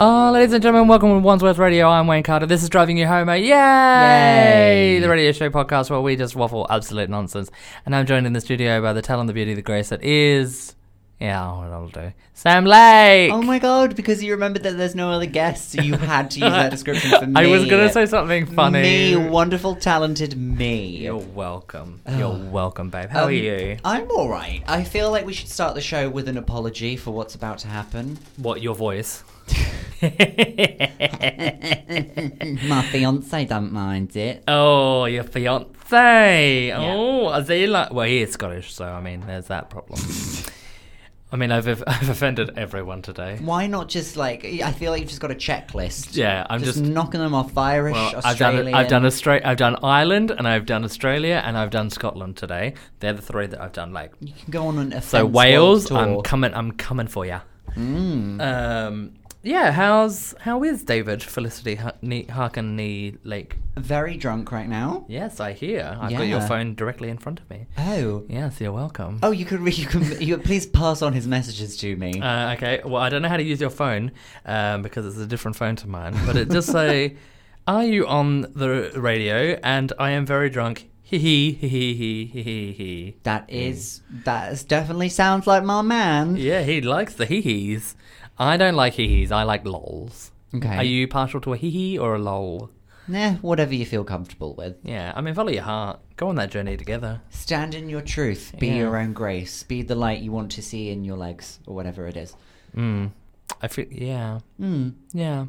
Uh, ladies and gentlemen, welcome to Wandsworth Radio. I'm Wayne Carter. This is Driving You Home, mate. Yay! Yay. The radio show podcast where we just waffle absolute nonsense. And I'm joined in the studio by the talent, the beauty, the grace that is. Yeah, what I'll do. Sam Lake! Oh my god, because you remembered that there's no other guests, so you had to use that description for me. I was going to say something funny. Me, wonderful, talented me. You're welcome. You're welcome, babe. How Um, are you? I'm alright. I feel like we should start the show with an apology for what's about to happen. What, your voice? My fiance don't mind it. oh, your fiance. Oh, is he like. Well, he is Scottish, so I mean, there's that problem. I mean, I've, I've offended everyone today. Why not just like I feel like you've just got a checklist. Yeah, I'm just, just knocking them off Irish, Well, I've done Australian. it- I've done Austra- I've done Ireland and I've done Australia and I've done Scotland today. They're the three that I've done. Like You can go on an offense so, Wales. world I'm tour. Mm, coming. I'm coming for you. Um, yeah. How's how is David Felicity Harkney Lake? very drunk right now. Yes, I hear. I've got your Yeah. phone directly in front of me. Oh. Yes, you're welcome. Oh, you could re- you can you please pass on his messages to me. Uh, okay. Well, I don't know how to use your phone um, because it's a different phone to mine. But it just say, "Are you on the radio?" And I am very drunk. Hee hee hee hee hee hee hee hee. That is that is definitely sounds like my man. Yeah, he likes the hee hees. I don't like hee hees. I like lols. Okay. Are you partial to a hee hee or a lol? Nah, whatever you feel comfortable with. Yeah. I mean, follow your heart. Go on that journey together. Stand in your truth. Be Yeah. your own grace. Be the light you want to see in your legs or whatever it is. Hmm. Mm. I feel. Yeah. Mm. Yeah.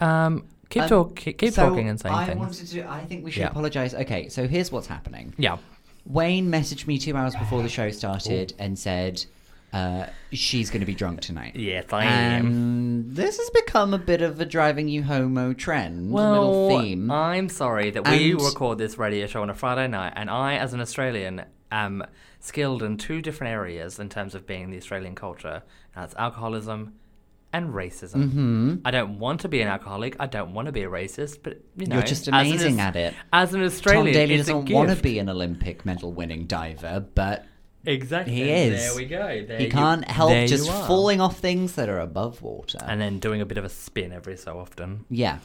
Um. Keep Um, talk. Keep, keep So, talking and saying I things. wanted to. I think we should Yeah. apologize. Okay, so here's what's happening. Yeah. Wayne messaged me two hours before the show started and said uh, she's going to be drunk tonight. Yes, I Um, And this has become a bit of a driving you homo trend, Well, little theme. I'm sorry that we And- record this radio show on a Friday night, and I, as an Australian, am skilled in two different areas in terms of being in the Australian culture. and That's alcoholism and racism. Mm-hmm. I don't want to be an alcoholic. I don't want to be a racist, but you know, You're just as an amazing Aus- at it. As an Australian, Tom Daly it's a doesn't want to gift. be an Olympic medal winning diver, but Exactly. He is. There we go. There he you- can't help there just you are. falling off things that are above water. and then doing a bit of a spin every so often. yeah.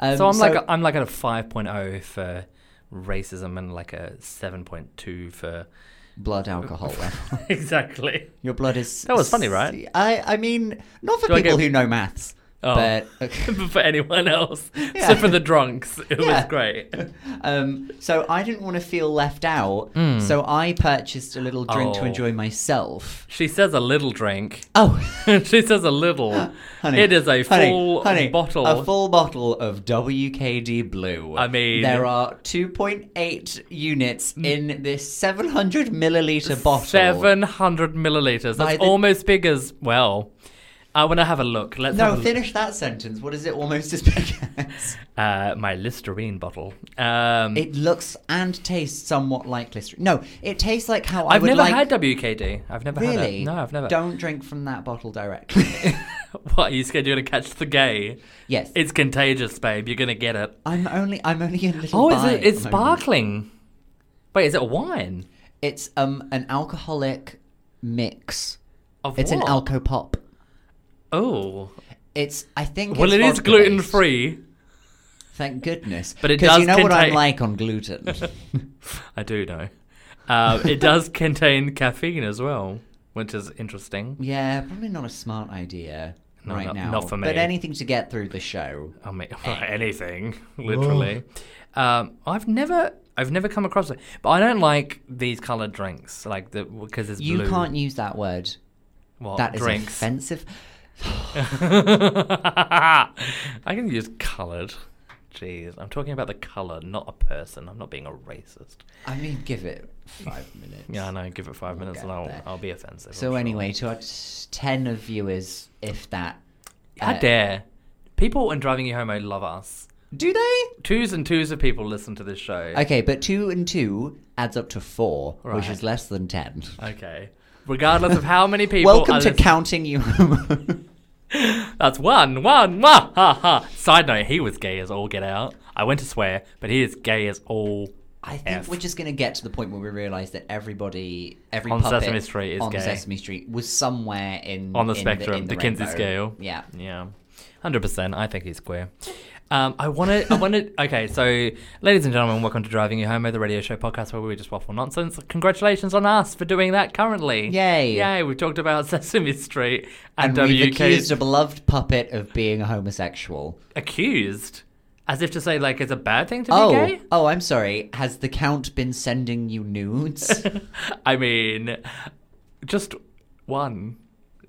Um, so I'm like a, I'm like at a 5.0 for racism and like a 7.2 for blood alcohol. level. exactly. Your blood is. That was funny, right? I, I mean, not for Do I people get- who know maths, Oh. but. for anyone else, Yeah. except for the drunks, it was Yeah. great. Um, so I didn't want to feel left out, so I purchased a little drink Hmm. Oh. to enjoy myself. She says a little drink. Oh, she says a little. honey, it is a honey, full honey, bottle. A full bottle of WKD Blue. I mean- Mm. there are 2.8 units in this 700 milliliter bottle. 700 milliliters. By That's the- almost big as, well, uh, I want to have a look. Let's No, have a finish that sentence. What is it almost as big as? Uh, my Listerine bottle. Um, It looks and tastes somewhat like Listerine. No, it tastes like how I I've would never like. had WKD. I've never had really? it. No, I've never. Don't drink from that bottle directly. What, are you scared you're going to catch the gay? yes. It's contagious, babe. You're going to get it. I'm only I'm only a little. Oh, bi is at it, it's the moment. sparkling. Wait, is it wine? It's um an alcoholic mix. Of It's an what? alco pop. Oh. It's I think. Well, it's it is vodka-based. gluten free. Thank goodness. But it 'Cause does you know what I'm contain- like on gluten. I do know. Um, it does contain caffeine as well, which is interesting. yeah, probably not a smart idea No, right not- now. not for But me. anything to get through the show. I mean, anything literally. Um, I've never, I've never come across it, but I don't like these colored drinks, like the because it's You blue. can't use that word. what, That is drinks. offensive. I can use colored. Jeez, I'm talking about the color, not a person. I'm not being a racist. I mean, give it five minutes. Yeah, I know. Give it 5 minutes, get and I'll, there. I'll be offensive. So I'm sure. anyway, to our t- ten of viewers, if that. How uh, dare people in driving you home? I love us. Do they? Twos and twos of people listen to this show. Okay, but two and two adds up to four, which Right. is less than ten. Okay. Regardless of how many people. Welcome are to listening- counting you. That's one, one, wah, ha, ha. Side note, he was gay as all get out. I went to swear, but he is gay as all. I think F. we're just going to get to the point where we realise that everybody, every On puppet Sesame Street is on gay. Sesame Street was somewhere in On the in spectrum, in the Kinsey rainbow. scale. Yeah, Yeah. Hundred percent. I think he's queer. Um, I want to. I want to. Okay, so ladies and gentlemen, welcome to Driving You Homo, the radio show podcast where we just waffle nonsense. Congratulations on us for doing that. Currently, Yay. yay! We've talked about Sesame Street and, And we've WK accused a beloved puppet of being a homosexual. accused, as if to say like it's a bad thing to oh, be gay. oh, I'm sorry. Has the count been sending you nudes? I mean, just one,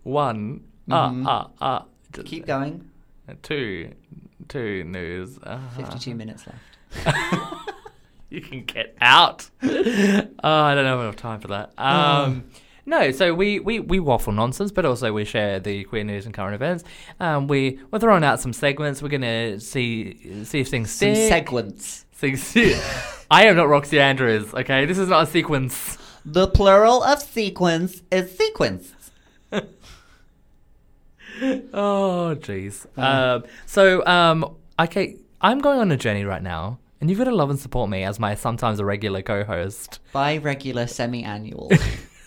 one, ah, ah, ah, d- Mm-hmm. Keep going. two, two news. Ah. 52 minutes left. you can get out. oh, I don't have enough time for that. Um, no, so we, we, we waffle nonsense, but also we share the queer news and current events. Um, we we're throwing out some segments. We're gonna see see if things Some stick. segments. Things stick. I am not Roxy Andrews. Okay, this is not a sequence. The plural of sequence is sequence. Oh, jeez. Um, so, um, okay, I'm going on a journey right now, and you've got to love and support me as my sometimes irregular co-host. By regular semi-annual.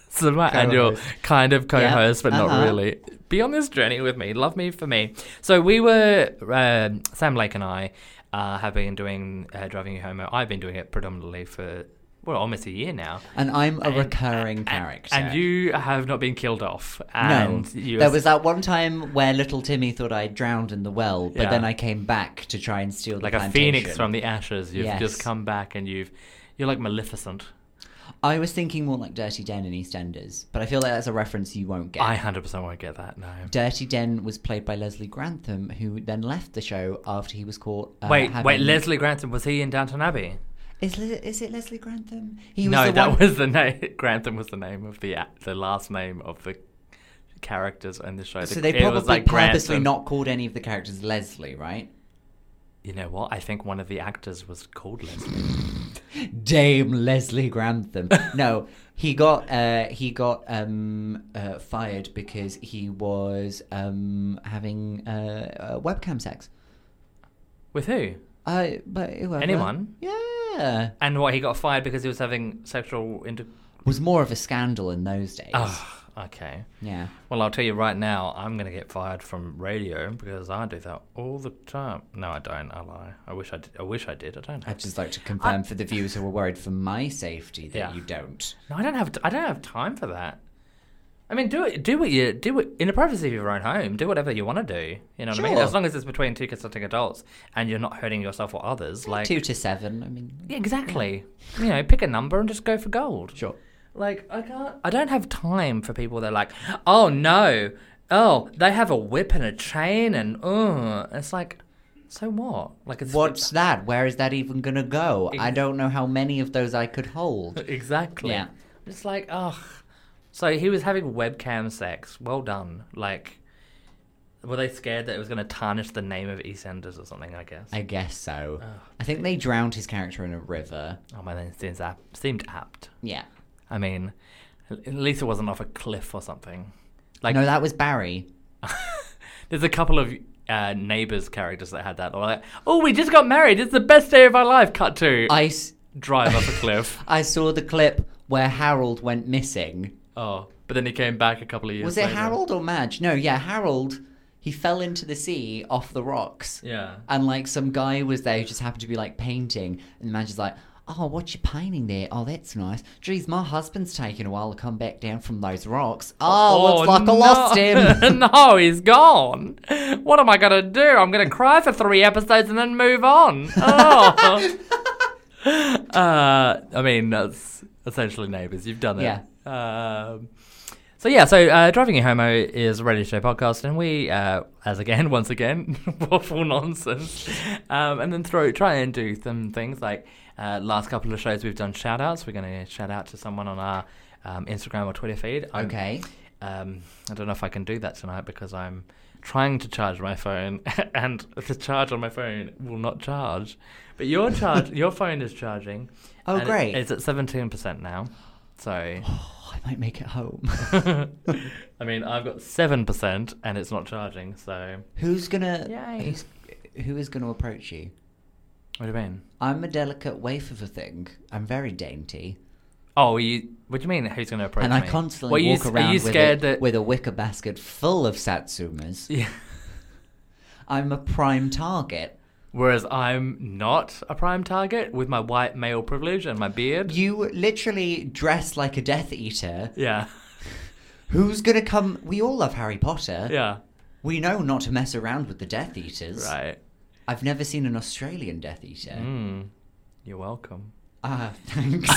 So my annual Co-host. kind of co-host, but not uh-huh. really. Be on this journey with me. Love me for me. So we were um, Sam Lake and I uh, have been doing uh, driving you homo. I've been doing it predominantly for well almost a year now. and I'm a recurring And- character. And you have not been killed off. No. And you there was that one time where little Timmy thought I drowned in the well, but Yeah. then I came back to try and steal the like a plantation. phoenix from the ashes. You've Yes. just come back and you've you're like Maleficent. I was thinking more like Dirty Den in EastEnders, but I feel like that's a reference you won't get. I hundred percent won't get that. No. Dirty Den was played by Leslie Grantham, who then left the show after he was caught. Uh, wait, wait. having- Leslie Grantham was he in Downton Abbey? Is, Le- is it Leslie Grantham? He no, the that one- was the name. Grantham was the name of the act- the last name of the characters in the show. So The- they it was probably like purposely Grantham. not called any of the characters Leslie, right? You know what? I think one of the actors was called Leslie. Dame Leslie Grantham. no, he got uh, he got um, uh, fired because he was um, having uh, uh, webcam sex. With who? Uh, but whoever- Anyone? Yeah, And what? He got fired because he was having sexual. Inter- was more of a scandal in those days. oh, okay. Yeah. Well, I'll tell you right now, I'm going to get fired from radio because I do that all the time. No, I don't. I lie. I wish I did. I wish I did. I don't. I'd just like to confirm for the viewers who are worried for my safety that Yeah. you don't. No, I don't have. I don't have time for that. I mean, do it. Do what you do. It in the privacy of your own home. Do whatever you want to do. You know what I mean. Sure. As long as it's between two consenting adults and you're not hurting yourself or others. Like Two to seven. I mean, Yeah, exactly. You know, pick a number and just go for gold. sure. Like I can't. I don't have time for people that are like, oh no, oh they have a whip and a chain and uh. It's like, so what? Like it's What's that? Where is that even gonna go? I don't know how many of those I could hold. Exactly. Yeah. It's like, ugh. So he was having webcam sex. Well done. Like, were they scared that it was going to tarnish the name of EastEnders or something? I guess. I guess so. I think they drowned his character in a river. oh my, that seems apt. Seemed apt. Yeah. I mean, at least it wasn't off a cliff or something. Like, no, that was Barry. there's a couple of uh, neighbors characters that had that. They're like, oh, we just got married. It's the best day of our life. Cut to I, s- drive off a cliff. I saw the clip where Harold went missing. Oh, but then he came back a couple of years. Was it later. Harold or Madge? No, yeah, Harold. He fell into the sea off the rocks. Yeah. And like some guy was there who just happened to be like painting, and Madge is like, "Oh, what you painting there? Oh, that's nice. Geez, my husband's taken a while to come back down from those rocks. Oh, looks like no. I lost him. no, he's gone. What am I gonna do? I'm gonna cry for three episodes and then move on. Oh. uh, I mean, that's essentially neighbours. You've done it. Yeah. Um, so yeah, so uh, driving you homo is a radio show podcast, and we, uh, as again, once again, waffle nonsense, um, and then throw try and do some things like uh, last couple of shows we've done shout outs. We're going to shout out to someone on our um, Instagram or Twitter feed. I'm- okay. um, I don't know if I can do that tonight because I'm trying to charge my phone, and the charge on my phone will not charge. But your charge, your phone is charging. Oh, and it- great. It's at seventeen percent now. So, Oh, I might make it home. I mean, I've got seven percent, and it's not charging. So, who's gonna? Yay. Who's, who is gonna approach you? what do you mean? I'm a delicate waif of a thing. I'm very dainty, Oh, you. What do you mean? Who's going to approach and me? I constantly What, are you walk s- around Are you scared with, a, that? with a wicker basket full of satsumas. Yeah. I'm a prime target. Whereas I'm not a prime target with my white male privilege and my beard. You literally dress like a Death Eater. Yeah. Who's gonna come? We all love Harry Potter. Yeah. We know not to mess around with the Death Eaters. Right. I've never seen an Australian Death Eater. Mm. You're welcome. Ah, thanks.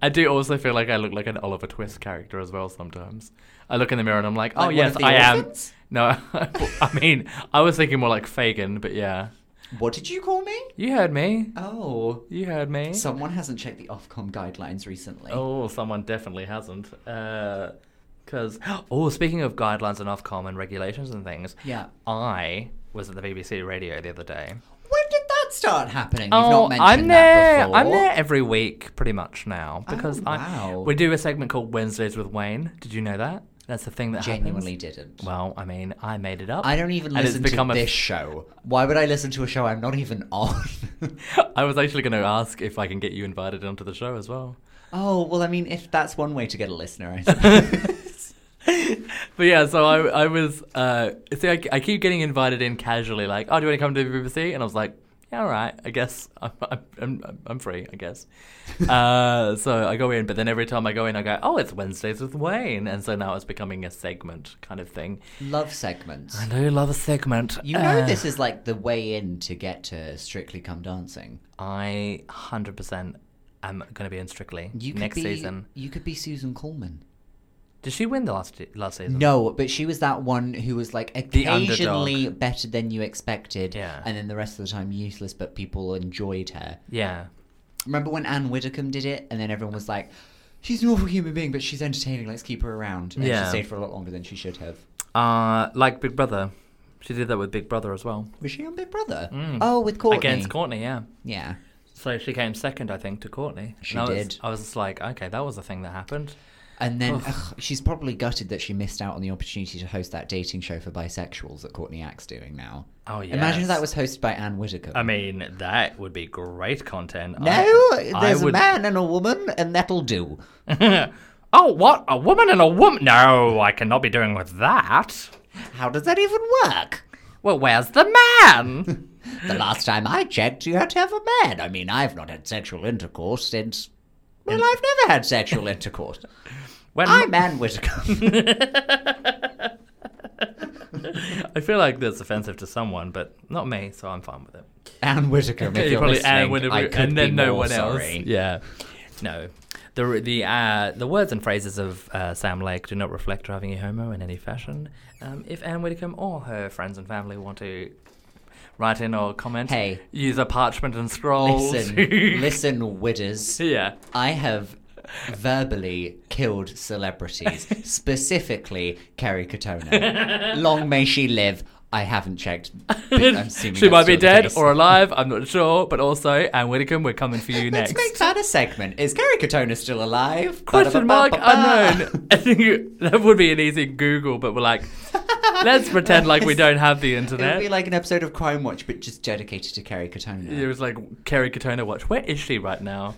I do also feel like I look like an Oliver Twist character as well sometimes. I look in the mirror and I'm like, oh Like one yes, of the I am. orphans? No, I mean, I was thinking more like Fagin, but yeah. what did you call me? You heard me. Oh, You heard me. someone hasn't checked the Ofcom guidelines recently. Oh, someone definitely hasn't. Because, oh, speaking of guidelines and Ofcom and regulations and things, Yeah. I was at the BBC Radio the other day. When did that start happening? You've oh, not mentioned I'm there. that before. Oh, I'm there every week, pretty much now, because I wow. we do a segment called Wednesdays with Wayne. Did you know that? That's the thing that Genuinely happens. didn't. Well, I mean, I made it up. I don't even and listen it's become to a- this show. Why would I listen to a show I'm not even on? I was actually going to ask if I can get you invited onto the show as well. oh well, I mean, if that's one way to get a listener, I suppose. But yeah, so I, I was, uh, see, I, I keep getting invited in casually, like, oh, do you want to come to the BBC? And I was like, yeah, all right, I guess I'm, I'm, I'm, I'm free, I guess. uh, so I go in, but then every time I go in, I go, oh, it's Wednesdays with Wayne. And so now it's becoming a segment kind of thing. Love segments. I do love a segment. You know, Uh, this is like the way in to get to Strictly Come Dancing. I 100% am going to be in Strictly You could next be, season. You could be Susan Coleman. Did she win the last, last season? No, but she was that one who was like underdog. occasionally better than you expected, Yeah. and then the rest of the time useless, but people enjoyed her. Yeah. Remember when Anne Widdecombe did it, and then everyone was like, "She's an awful human being, but she's entertaining. Let's keep her around." And Yeah. she stayed for a lot longer than she should have. Uh, like Big Brother. She did that with Big Brother as well. Was she on Big Brother? Mm. Oh, with Courtney. Against Courtney, yeah. yeah. So she came second, I think, to Courtney. She And I was- did. I was just like, okay, that was a thing that happened. And then Ugh. ugh, she's probably gutted that she missed out on the opportunity to host that dating show for bisexuals that Courtney Act's doing now. Oh yeah. Imagine if that was hosted by Anne Whitaker. I mean, that would be great content. no, I- I there's would- a man and a woman, and that'll do. oh, what? A woman and a woman? No, I cannot be doing with that. How does that even work? Well, where's the man? The last time I checked, you had to have a man. I mean, I've not had sexual intercourse since. Well, I've never had sexual intercourse. When I'm Anne Whitaker. I feel like that's offensive to someone, but not me, so I'm fine with it. Anne Whitaker, if you're listening, Anne I Winterbury- could and then be no more one sorry. else. Yeah, no. The the uh, the words and phrases of uh, Sam Lake do not reflect driving a homo in any fashion. Um, if Anne Widdecombe or her friends and family want to write in or comment, Hey. use a parchment and scroll. Listen, to- listen, Widders. yeah, I have verbally killed celebrities, specifically Kerry Katona. Long may she live. I haven't checked. but I'm assuming she that's might be still the dead case. or alive. I'm not sure, but also Anne Widdecombe, we're coming for you next. Let's make that a segment. Is Kerry Katona still alive? Question mark Ba-da-ba-ba-ba-ba. unknown. I think you- that would be an easy Google, but we're like, let's pretend like we don't have the It would internet. be like an episode of Crime Watch, but just dedicated to Kerry Katona. It was like Kerry Katona watch. Where is she right now?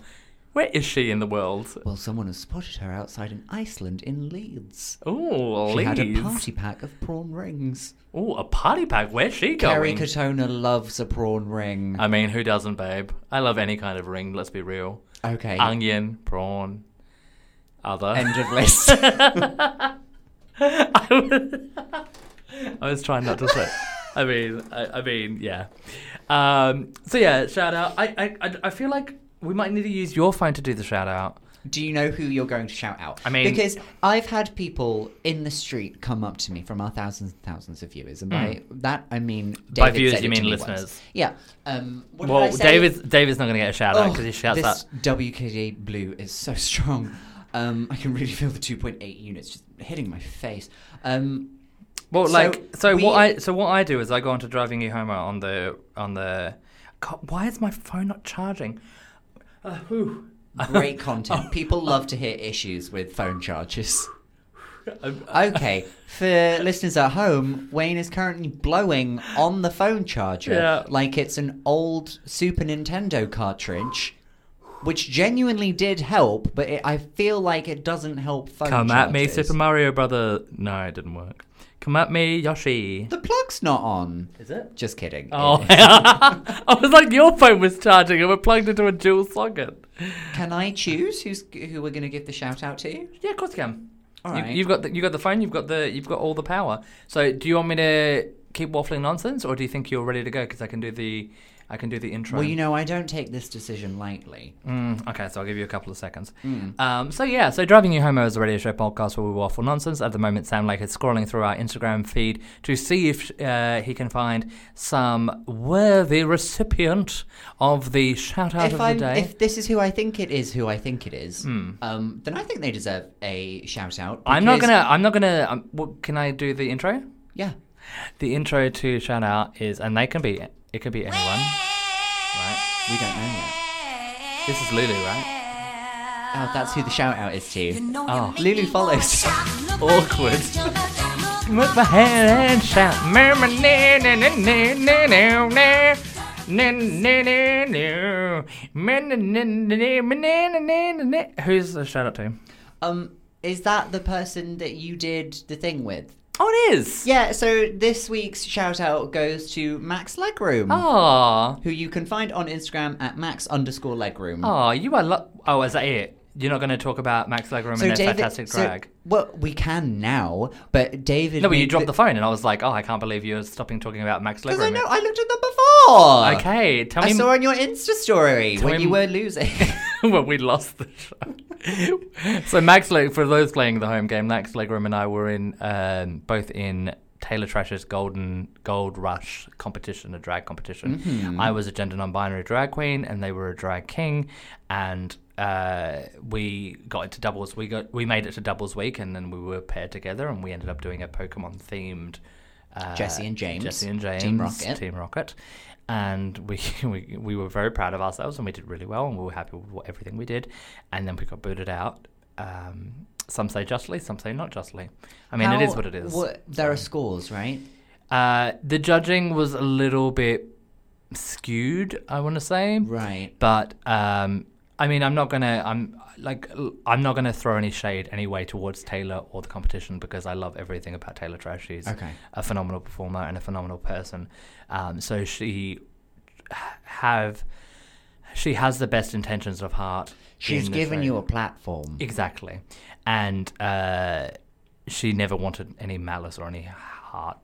Where is she in the world? Well, someone has spotted her outside in Iceland in Leeds. Oh, She had a Leeds. party pack of prawn rings. Oh, a party pack. Where's she Kerry going? Katona loves a prawn ring. I mean, who doesn't, babe? I love any kind of ring. Let's be real. okay. Onion, prawn, other. End of list. I was- I was trying not to say. I mean, I, I mean, yeah. Um, so yeah, shout out. I, I- I, I feel like we might need to use your phone to do the shout out. Do you know who you're going to shout out? I mean- because I've had people in the street come up to me from our thousands and thousands of viewers, and by that I mean David Hmm. By viewers, said it you to mean me once. listeners. Yeah. Um, what did I Well, say? David's David's not going to get a shout out Ugh, because he shouts this out. WKD blue is so strong. Um, I can really feel the 2.8 units just hitting my face. Um, Well, so like so we- what I so what I do is I go onto driving you homo on the on the. God, why is my phone not charging? Uh, whew. great content. People love to hear issues with phone charges. I'm- Okay, for listeners at home, Wayne is currently blowing on the phone charger Yeah. like it's an old Super Nintendo cartridge, which genuinely did help, but it, I feel like it doesn't help phone Come at me, chargers. Super Mario Brother. No, it didn't work. Come at me, Yoshi. The plug's not on. Is it? Just kidding. Oh, I was like, your phone was charging and we're plugged into a dual socket. Can I choose who's who we're going to give the shout out to? Yeah, of course you can. All you, right. You've got the, you got the phone. You've got the you've got all the power. So, do you want me to keep waffling nonsense, or do you think you're ready to go? Because I can do the I can do the intro. Well, you know, I don't take this decision lightly. Mm, okay, so I'll give you a couple of seconds. Mm. Um, so yeah, so driving you homo is a radio show podcast where we waffle nonsense. At the moment, Sam Lake is scrolling through our Instagram feed to see if uh, he can find some worthy recipient of the shout out if, of I'm, the day. Hmm. if this is who I think it is, who I think it is, um, then I think they deserve a shout out. I'm not because- gonna. I'm not gonna. Um, what, can I do the intro? Yeah. The intro to shout out is, and they can be. It could be anyone. Right. We don't know yet. This is Lulu, right? Oh, that's who the shout out is to. Oh. Lulu follows. Awkward. With my hand and shout. "Na, na, na, na, na, na, na, na. Na, na, na, na. Ma, na, na, na, na, ma, na, na, na, na, na." Who's the shout out to? Um, is that the person that you did the thing with? Oh, it is. Yeah, so this week's shout out goes to Max Legroom, Oh. Aw. who you can find on Instagram at max underscore legroom. Aw, you are. Lo- oh, is that it? You're not going to talk about Max Legroom and their fantastic so- drag. well, we can now, but David. No, but you made dropped the phone, and I was like, "Oh, I can't believe you're stopping talking about Max Because I Legroom." know I looked at them before. Okay, tell I me. saw on your Insta story Tell when me- you were losing. well, we lost the show. so Max, Leg- for those playing the home game, Max Legroom and I were in um, both in Taylor Trash's Golden Gold Rush competition, a drag competition. Mm-hmm. I was a gender non-binary drag queen, and they were a drag king, and. Uh, we got into doubles. We got we made it to doubles week, and then we were paired together, and we ended up doing a Pokemon themed uh, Jesse and James. Jesse and James, Team Rocket. Team Rocket. And we, we we were very proud of ourselves, and we did really well, and we were happy with what, everything we did. And then we got booted out. Um, some say justly, some say not justly. I mean, it is How- what it is. wha- there are scores, right? Uh, the judging was a little bit skewed, I want to say. Right. But um, I mean, I'm not gonna. I'm like, l- I'm not gonna throw any shade anyway towards Taylor or the competition because I love everything about Taylor Trash. She's Okay. a phenomenal performer and a phenomenal person. Um, so she h- have she has the best intentions of heart. She's in the given show. you a platform. exactly, and uh, she never wanted any malice or any heart.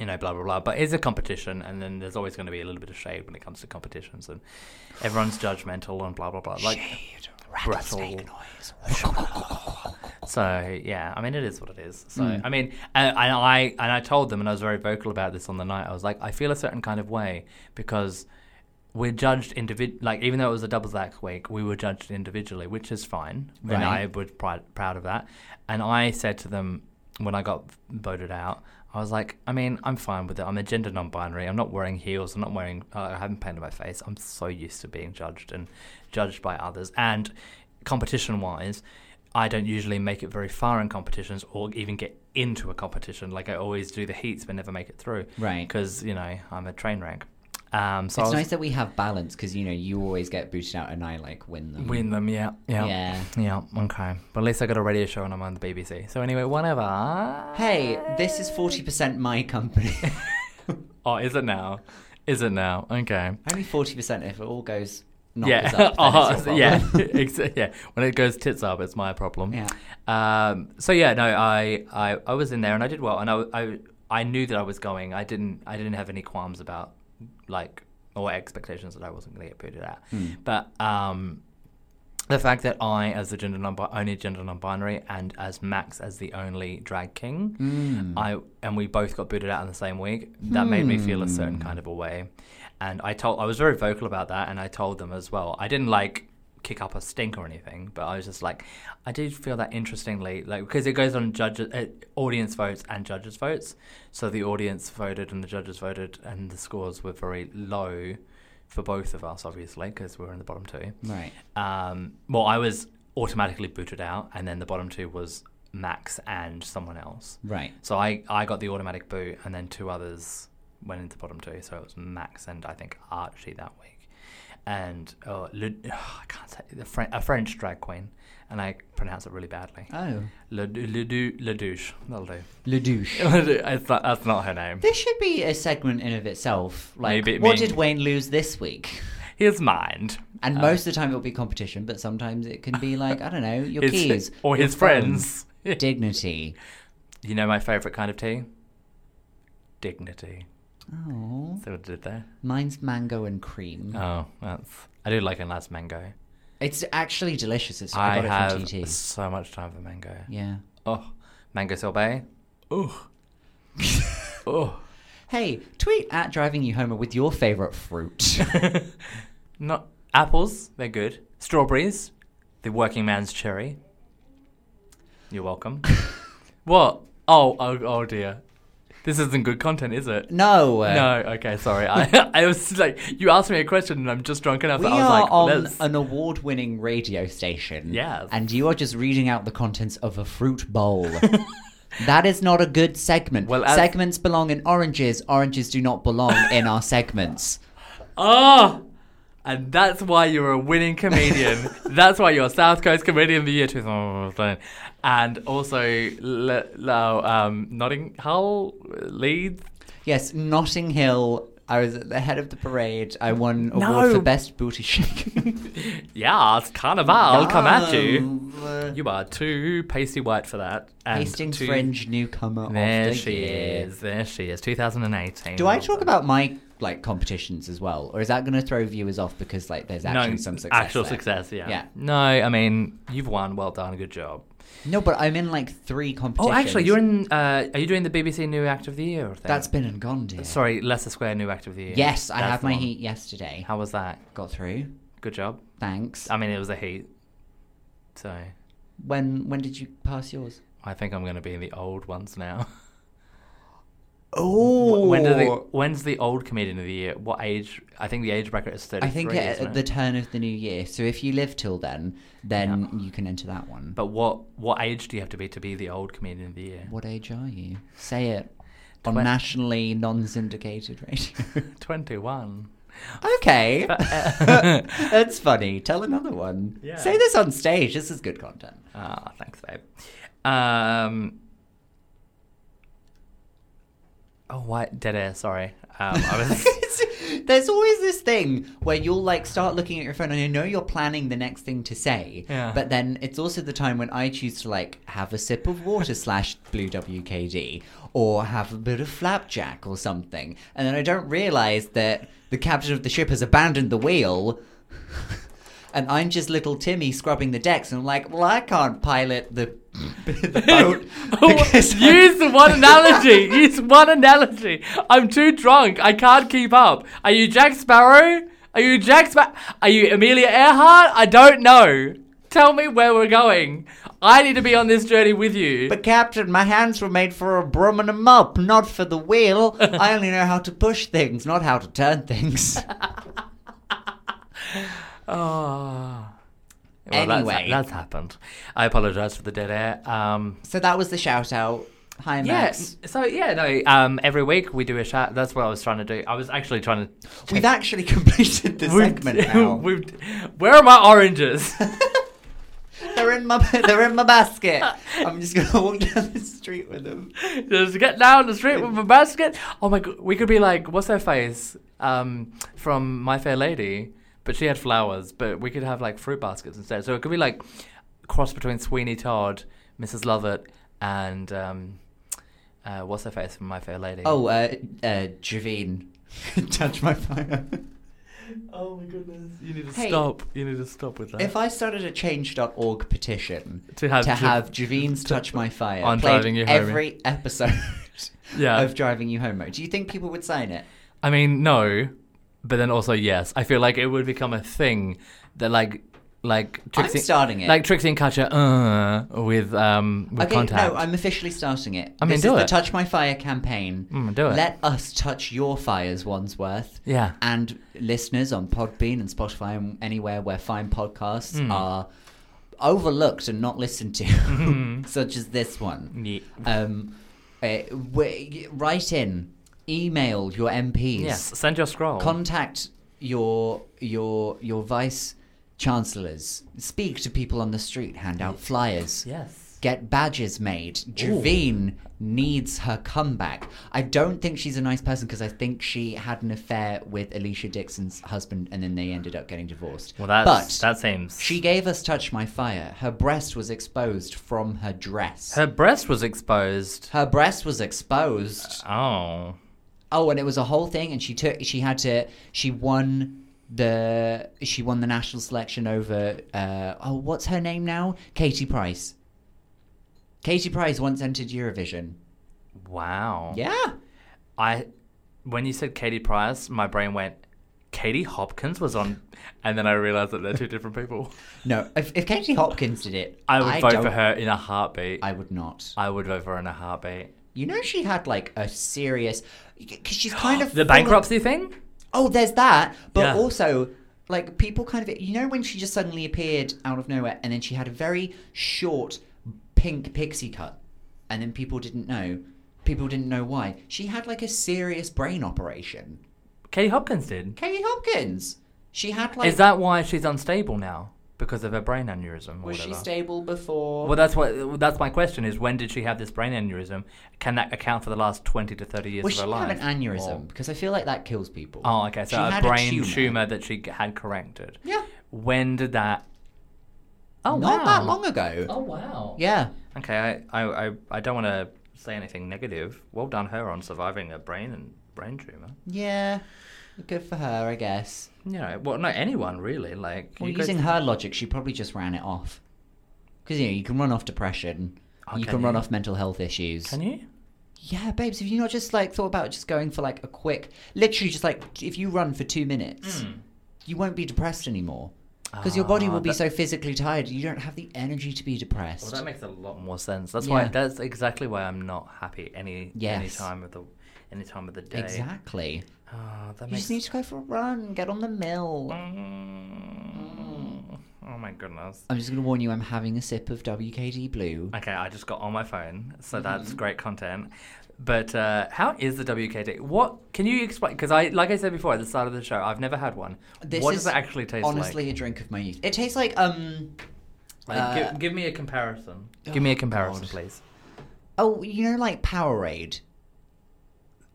You know, blah blah blah. But it's a competition, and then there's always going to be a little bit of shade when it comes to competitions, and everyone's judgmental and blah blah blah. Like, rattlesnake so yeah, I mean, it is what it is. So I mean, and, and I and I told them, and I was very vocal about this on the night. I was like, I feel a certain kind of way because we're judged individ like even though it was a doubles act week, we were judged individually, which is fine, and Right. I was proud proud of that. And I said to them when I got voted out. I was like, I mean, I'm fine with it. I'm a gender non-binary. I'm not wearing heels. I'm not wearing. Uh, I haven't painted my face. I'm so used to being judged and judged by others. And competition-wise, I don't usually make it very far in competitions or even get into a competition. Like I always do the heats but never make it through. Right. Because, you know, I'm a train wreck. Um, so I It's was- nice that we have balance because you know you always get booted out and I like win them. win them, yeah, yeah. Yeah. Yeah, okay. But at least I got a radio show and I'm on the BBC. So anyway, whatever. Hey, this is forty percent my company. Oh, is it now? Is it now? Okay. Only forty percent if it all goes. Not yeah. Up, then Oh, it's your yeah. problem. Exa- yeah. When it goes tits up, it's my problem. Yeah. Um, so yeah, no, I, I I was in there and I did well, and I, I I knew that I was going. I didn't I didn't have any qualms about like or expectations that I wasn't going to get booted out. Hmm. But um, the fact that I, as the gender non only gender non-binary, and as Max as the only drag king, Hmm. Mm. I and we both got booted out in the same week. That made me feel a certain kind of a way, and I told I was very vocal about that, and I told them as well. I didn't like kick up a stink or anything, but I was just like, I did feel that interestingly, like because it goes on judges, uh, audience votes and judges votes. So the audience voted and the judges voted, and the scores were very low for both of us, obviously, because we were in the bottom two Right. um, well, I was automatically booted out, and then the bottom two was Max and someone else. Right. So I, I got the automatic boot, and then two others went into the bottom two. So it was Max and I think Archie that week. and oh, Le, oh, I can't say the French, a French drag queen, and I pronounce it really badly. Oh, Le, Le, Du- Le Douche, that'll do. Ledouche. It's not- that's not her name. This should be a segment in of itself. Like, Maybe it what mean- did Wayne lose this week? His mind. And most of the time it'll be competition, but sometimes it can be like I don't know your His- keys or your his phone, friends. dignity. You know my favourite kind of tea? Dignity. Oh, See what I did there? mine's mango and cream. Oh, that's. I do like a nice mango. It's actually delicious. It's, I, I, got it from have TT. so much time for mango. Yeah. Oh, mango sorbet. Oh. oh. Hey, tweet at driving you Homer with your favorite fruit. Not apples. They're good. Strawberries. The working man's cherry. You're welcome. what? Oh, oh, oh dear. This isn't good content, is it? no. uh, No, okay, sorry. I, I was like, you asked me a question and I'm just drunk enough We that I was are like, on let's. an award-winning radio station. Yes. And you are just reading out the contents of a fruit bowl. that is not a good segment. Well, as- segments belong in oranges. Oranges do not belong in our segments. Oh! And that's why you're a winning comedian. that's why you're South Coast Comedian of the Year 2015. And also, le, le, um, Notting Hull, Leeds. Yes, Notting Hill. I was at the head of the parade. I won award No. for best booty shaking. Yeah, it's Carnival, I'll come at you. No. You are too pasty white for that. And Hastings too- Fringe newcomer of There the she year. is. There she is. 2018. Do I talk about my like competitions as well, or is that going to throw viewers off because like there's actually some success? Actual there? success, yeah. Yeah. No, I mean, you've won. Well done. Good job. No, but I'm in like three Oh, competitions. actually, you're in. Uh, are you doing the BBC New Act of the Year thing? That's been and gone, dear. Sorry, Leicester Square New Act of the Year. Yes, I That's had the my one. heat yesterday. How was that? Got through. Good job. Thanks. I mean, it was a heat. So When when did you pass yours? I think I'm going to be in the old ones now. Oh, When do the, when's the old comedian of the year? What age? I think the age bracket is 33. I think at, isn't at it? the turn of the new year. So if you live till then, then you can enter that one. But what what age do you have to be to be the old comedian of the year? what age are you? Say it on Twen- nationally non-syndicated radio. 21. okay, uh, that's funny. Tell another one. Yeah. Say this on stage. This is good content. Ah, thanks, babe. Um, oh, why dead air? Sorry, um, I was. There's always this thing where you'll like start looking at your phone and you know you're planning the next thing to say, Yeah. but then it's also the time when I choose to like have a sip of water slash blue WKD or have a bit of flapjack or something, and then I don't realize that the captain of the ship has abandoned the wheel. And I'm just little Timmy scrubbing the decks, and I'm like, "Well, I can't pilot the, the boat." Oh, because I'm- Use the one analogy. Use one analogy. I'm too drunk. I can't keep up. Are you Jack Sparrow? Are you Jack Sparrow? Are you Amelia Earhart? I don't know. Tell me where we're going. I need to be on this journey with you. But Captain, my hands were made for a broom and a mop, not for the wheel. I only know how to push things, not how to turn things. Oh. Well, Anyway. that's, that's happened. I apologise for the dead air. Um, so that was the shout out. Hi, Max. yes. So yeah, no. Um, every week we do a chat. That's what I was trying to do. I was actually trying to. We've actually completed the segment now. we've- where are my oranges? they're in my they're in my basket. I'm just gonna walk down the street with them. Just get down the street with a basket. Oh my god, we could be like, what's her face? Um, from My Fair Lady, but she had flowers. But we could have like fruit baskets instead. So it could be like cross between Sweeney Todd, Mrs. Lovett, and um, uh, what's her face from My Fair Lady? Oh, uh, uh Javine, touch my fire. oh my goodness! You need to Hey. stop. You need to stop with that. If I started a change.org petition To have to Jav- have Javine's Touch My Fire On played Driving You Home. every episode Yeah. of Driving You Homo, do you think people would sign it? I mean, no, but then also yes. I feel like it would become a thing that like like Trixie, starting it. like Trixie and Katja uh, with um with okay, contact. no, I'm officially starting it. I mean, this do is the it. Touch My Fire campaign. Mm, do it. Let us touch your fires, Wandsworth. Yeah. And listeners on Podbean and Spotify and anywhere where fine podcasts Mm. are overlooked and not listened to, such as this one. Mm-hmm. Yeah. Um, uh, w- write in, email your MPs, Yes, send your scroll. contact your your your vice chancellors speak to people on the street, hand out flyers, Yes. get badges made. Javine needs her comeback. I don't think she's a nice person because I think she had an affair with Alicia Dixon's husband, and then they ended up getting divorced. Well, that's, but that seems. she gave us "Touch My Fire." Her breast was exposed from her dress. her breast was exposed. her breast was exposed. Oh. Oh, and it was a whole thing, and she took. She had to. She won the. She won the national selection over. Uh, oh, what's her name now? Katie Price. Katie Price once entered Eurovision. Wow. Yeah. I when you said Katie Price, my brain went Katie Hopkins was on, and then I realized that they're two different people. No, if, if Katie Hopkins did it, I would vote for don't- her in a heartbeat. I, I would not. would vote for her in a heartbeat. You know, she had like a serious. Because she's kind of The full of- bankruptcy thing? Oh, there's that, but Yeah. also like people kind of you know when she just suddenly appeared out of nowhere and then she had a very short pink pixie cut and then people didn't know people didn't know why she had like a serious brain operation Katie Hopkins did. katie hopkins she had like Is that why she's unstable now because of her brain aneurysm? Or was she whatever? stable before well, that's what that's my question is when did she have this brain aneurysm? Can that account for the last 20 to 30 years was of she her have life? an aneurysm because i feel like that kills people Oh, okay. So She a had a brain tumour. tumor that she had corrected. yeah When did that? Oh, not wow. that long ago Oh wow. yeah Okay, I I, I, I don't want to say anything negative. Well done her on surviving a brain and brain tumor. yeah good for her i guess You know, well, no, anyone really. Like Well, you guys- using her logic, she probably just ran it off. Because you know you can run off depression, Oh, you can can run you? off mental health issues. Can you? Yeah, babes, if you not just like thought about just going for like a quick, literally just like if you run for two minutes, Mm. Hmm. you won't be depressed anymore. Because your body Ah, will be that- so physically tired, you don't have the energy to be depressed. Well, that makes a lot more sense. That's why. Yeah. That's exactly why I'm not happy any any Yes. time of the any time of the day. exactly. Ah, that You makes. just need to go for a run, get on the mill. Mm. Oh my goodness. I'm just going to warn you, I'm having a sip of WKD Blue. Okay, I just got on my phone, so Mm-hmm. that's great content. But uh, how is the WKD? What can you explain? Because I, like I said before at the start of the show, I've never had one. This what does is it actually taste Honestly, a drink of my youth. It tastes like um. like? uh, Oh, Like, give, give me a comparison. give me a comparison, God. please. Oh, you know, like Powerade,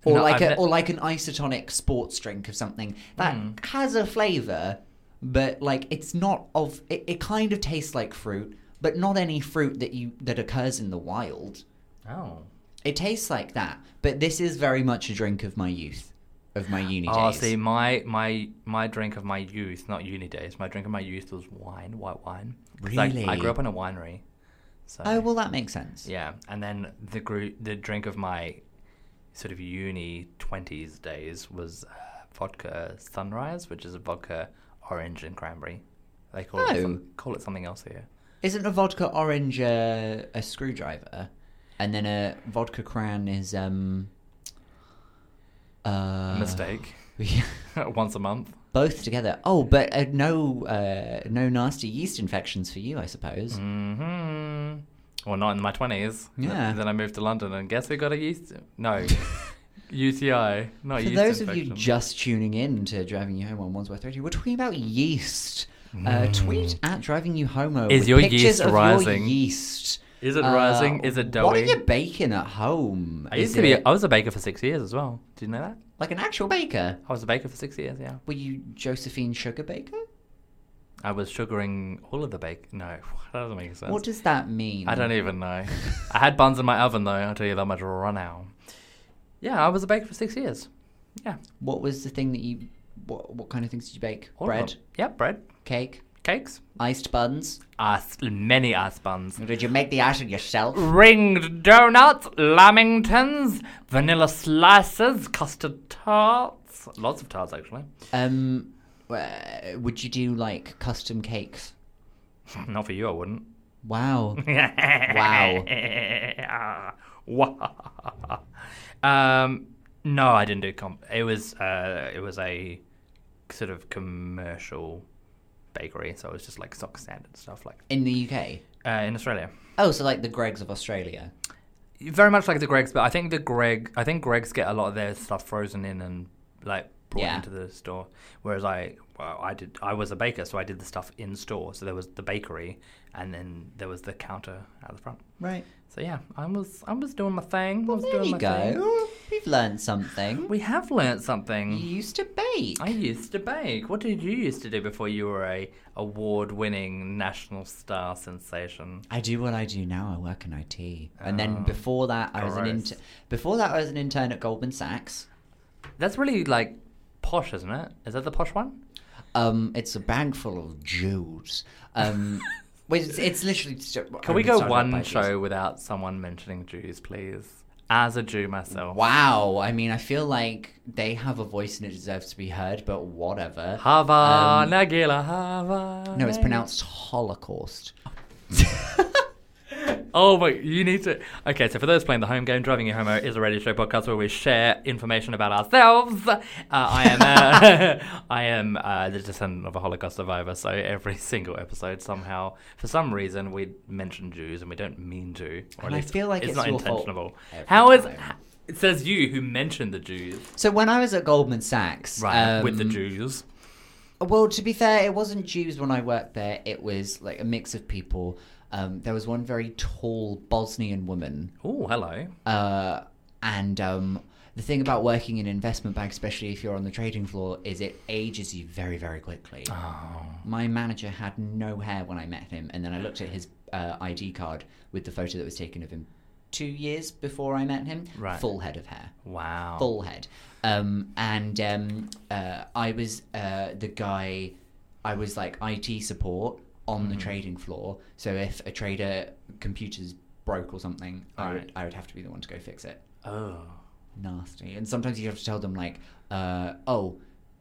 or No, like I've a, ne- Hmm. or like an isotonic sports drink of something that has a flavor, but like it's not of. It, it kind of tastes like fruit, but not any fruit that you that occurs in the wild. Oh. It tastes like that, but this is very much a drink of my youth, of my uni Oh, days. see, my my my drink of my youth, not uni days. My drink of my youth was wine, white wine. 'Cause I- I, Really? grew up in a winery. So Oh well, that makes sense. Yeah, and then the gru- the drink of my sort of uni twenties days was uh, vodka sunrise, which is a vodka orange and cranberry. They call it Oh. some, call it something else here. Isn't a vodka orange uh, a screwdriver, and then a vodka cran is um. Uh, Mistake. Yeah. Once a month. Both together. Oh, but uh, no, uh, no nasty yeast infections for you, I suppose. Mm-hmm. hmm Well, not in my twenties. Yeah. Then I moved to London, and guess who got a yeast? No. UTI. Not For yeast those of you infection. just tuning in to Driving You Home on Wandsworth Radio, we're talking about yeast. Uh, tweet at Driving You Homo. Mm. Is with your pictures yeast of rising? Your yeast. Is it Uh, rising? Is it doughy? What are you baking at home? I Is used to be. it I was a baker for six years as well. Did you know that? like an actual baker. I was a baker for six years. Yeah. Were you Josephine Sugar Baker? I was sugaring all of the bake. No, that doesn't make sense. What does that mean? I don't even know. I had buns in my oven though. I'll tell you that much right now. Yeah, I was a baker for six years. Yeah, What was the thing that you? What, what kind of things did you bake? all of Bread, them. Yeah, bread, cake, cakes, iced buns. ice, many ice buns, Did you make the item yourself? ringed donuts, lamingtons, vanilla slices, custard tarts. Lots of tarts actually. Um, uh, would you do like custom cakes? Not for you, I wouldn't. Wow, wow. Wah. um, no, I didn't do comp. It was uh, it was a sort of commercial bakery, so it was just like stock standard stuff, like In the UK. uh, in Australia. Oh, so like the Gregs of Australia. Very much like the Gregs, but I think the Greg, I think Gregs get a lot of their stuff frozen in and like brought Yeah. into the store. Whereas I, well, I did. I was a baker, so I did the stuff in store. So there was the bakery, and then there was the counter at the front. Right. So yeah, I was I was doing my thing. I Well, was there doing you my go. thing. We've learned something. We have learnt You something. used to bake. I used to bake. What did you used to do before you were a award-winning national star sensation? I do what I do now. I work in IT, and Oh. then before that, I was an Gross. intern. Before that, I was an intern at Goldman Sachs. That's really like posh, isn't it? Is that the posh one? Um, it's a bank full of Jews. Um, wait, it's, it's literally. Can we go one show without someone mentioning Jews, please? As a Jew myself, Wow. I mean, I feel like they have a voice and it deserves to be heard, but whatever. Hava Um, Nagila Hava. No, it's Nagila. pronounced Holocaust. Oh my! You need to. Okay, so for those playing the home game, driving you homo is a radio show podcast where we share information about ourselves. Uh, I am, uh, I am uh, the descendant of a Holocaust survivor. So every single episode, somehow, for some reason, we mention Jews and we don't mean to. Or And I feel like it's not your fault intentional. every How is? time. It says you who mentioned the Jews, So when I was at Goldman Sachs, right? with the um, Jews. Well, to be fair, it wasn't Jews when I worked there. It was like a mix of people. Um, there was one very tall Bosnian woman, Oh, hello. uh, and um, the thing about working in an investment bank, especially if you're on the trading floor, is it ages you very, very quickly. My manager had no hair when I met him, and then I looked at his uh, ID card with the photo that was taken of him two years before I met him. Right. Full head of hair Wow. full head. Um, and um, uh, I was uh, the guy, I was like IT support on Mm. the trading floor. So if a trader computers broke or something, I, Right. would, I would have to be the one to go fix it. Oh. Nasty. And sometimes you have to tell them, like, uh, oh,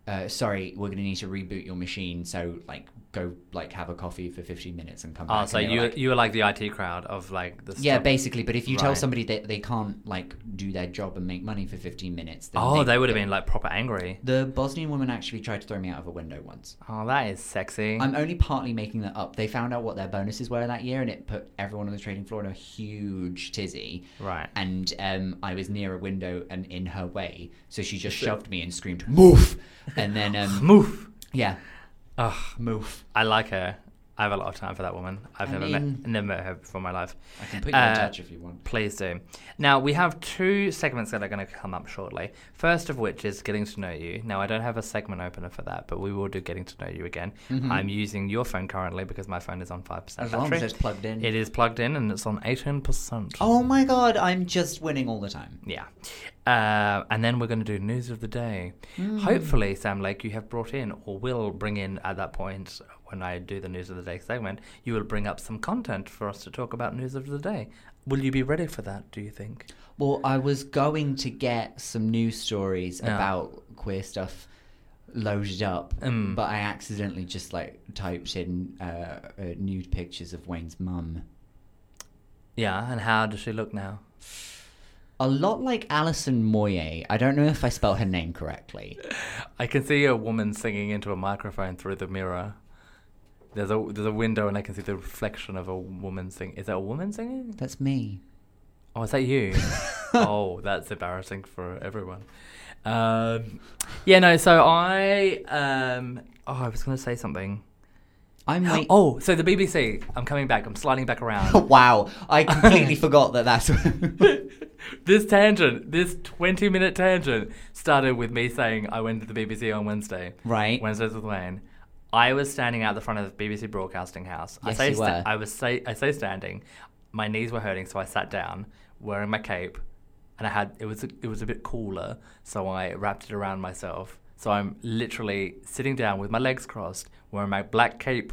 uh, sorry, we're going to need to reboot your machine. So, like, go like have a coffee for 15 minutes and come back. Oh, And so they were you like- you were like the IT crowd of like the yeah, stuff- basically. But if you tell Right. somebody that they can't like do their job and make money for 15 minutes, then Oh, they would have been. been like proper angry. The Bosnian woman actually tried to throw me out of a window once. Oh, that is sexy. I'm only partly making that up. They found out what their bonuses were that year, and it put everyone on the trading floor in a huge tizzy. right. And um, I was near a window and in her way, so she just shoved me and screamed "Move!" And then, um, Move. yeah, Ugh, move. I like her. I have a lot of time for that woman. I've I never mean- met never met her before in my life. I can put you in Uh, touch if you want. Please do. Now we have two segments that are going to come up shortly. First of which is getting to know you. Now I don't have a segment opener for that, but we will do getting to know you again. I'm using your phone currently because my phone is on five percent Mm-hmm. As long battery. as it's plugged in. It is plugged in and it's on eighteen percent. Oh my god, I'm just winning all the time. Yeah. Uh, and then we're going to do news of the day. Hopefully, Sam Lake, you have brought in or will bring in at that point when I do the news of the day segment, you will bring up some content for us to talk about news of the day. Will you be ready for that, do you think? Well, I was going to get some news stories Yeah. about queer stuff loaded up, Mm. but I accidentally just like typed in uh, uh, nude pictures of Wayne's mum. Yeah, and how does she look now? A lot like Alison Moyer. I don't know if I spelled her name correctly. I can see a woman singing into a microphone through the mirror. There's a there's a window and I can see the reflection of a woman singing. Is that a woman singing? That's me. Oh, is that you? oh, that's embarrassing for everyone. Um, yeah, no. So I, um, oh, I was going to say something. I'm wait- Oh, so the BBC. I'm coming back. I'm sliding back around. wow! I completely forgot that. That's this tangent, this 20 minute tangent, started with me saying I went to the BBC on Wednesday. right. Wednesdays with Wayne. I was standing out the front of the BBC Broadcasting House. Yes, I say you were. I was say I say standing. My knees were hurting, so I sat down, wearing my cape, and I had it was it was a bit cooler, so I wrapped it around myself. So I'm literally sitting down with my legs crossed, wearing my black cape,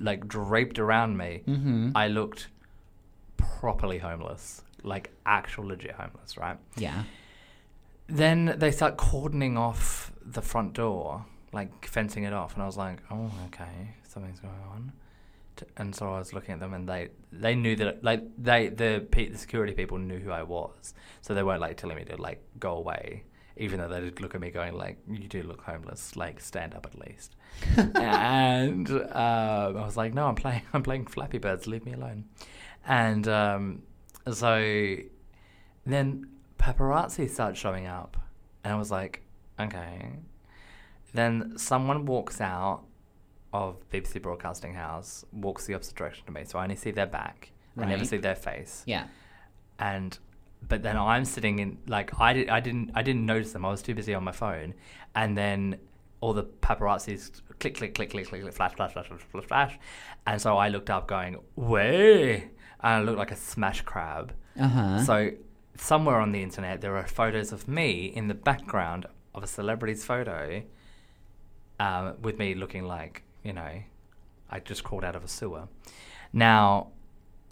like draped around me. Mm-hmm. I looked properly homeless, like actual legit homeless, right? yeah. then they start cordoning off the front door, like fencing it off, and I was like, "Oh, okay, something's going on." T- And so I was looking at them, and they they knew that like they the pe- the security people knew who I was, so they weren't like telling me to like go away, even though they did look at me going like, "You do look homeless, like stand up at least." and um, I was like, "No, I'm playing I'm playing Flappy Birds, leave me alone." And um, so then paparazzi started showing up, and I was like, okay. Then someone walks out of BBC Broadcasting House, walks the opposite direction to me, so I only see their back. I never Right. see their face. Yeah. And but then I'm sitting in like I did I didn't I didn't notice them. I was too busy on my phone. And then all the paparazzi's click click click click click click flash flash flash flash flash flash. And so I looked up going, Way and I looked like a smash crab. Uh huh. So somewhere on the internet there are photos of me in the background of a celebrity's photo um, with me looking like, you know, I just crawled out of a sewer. Now,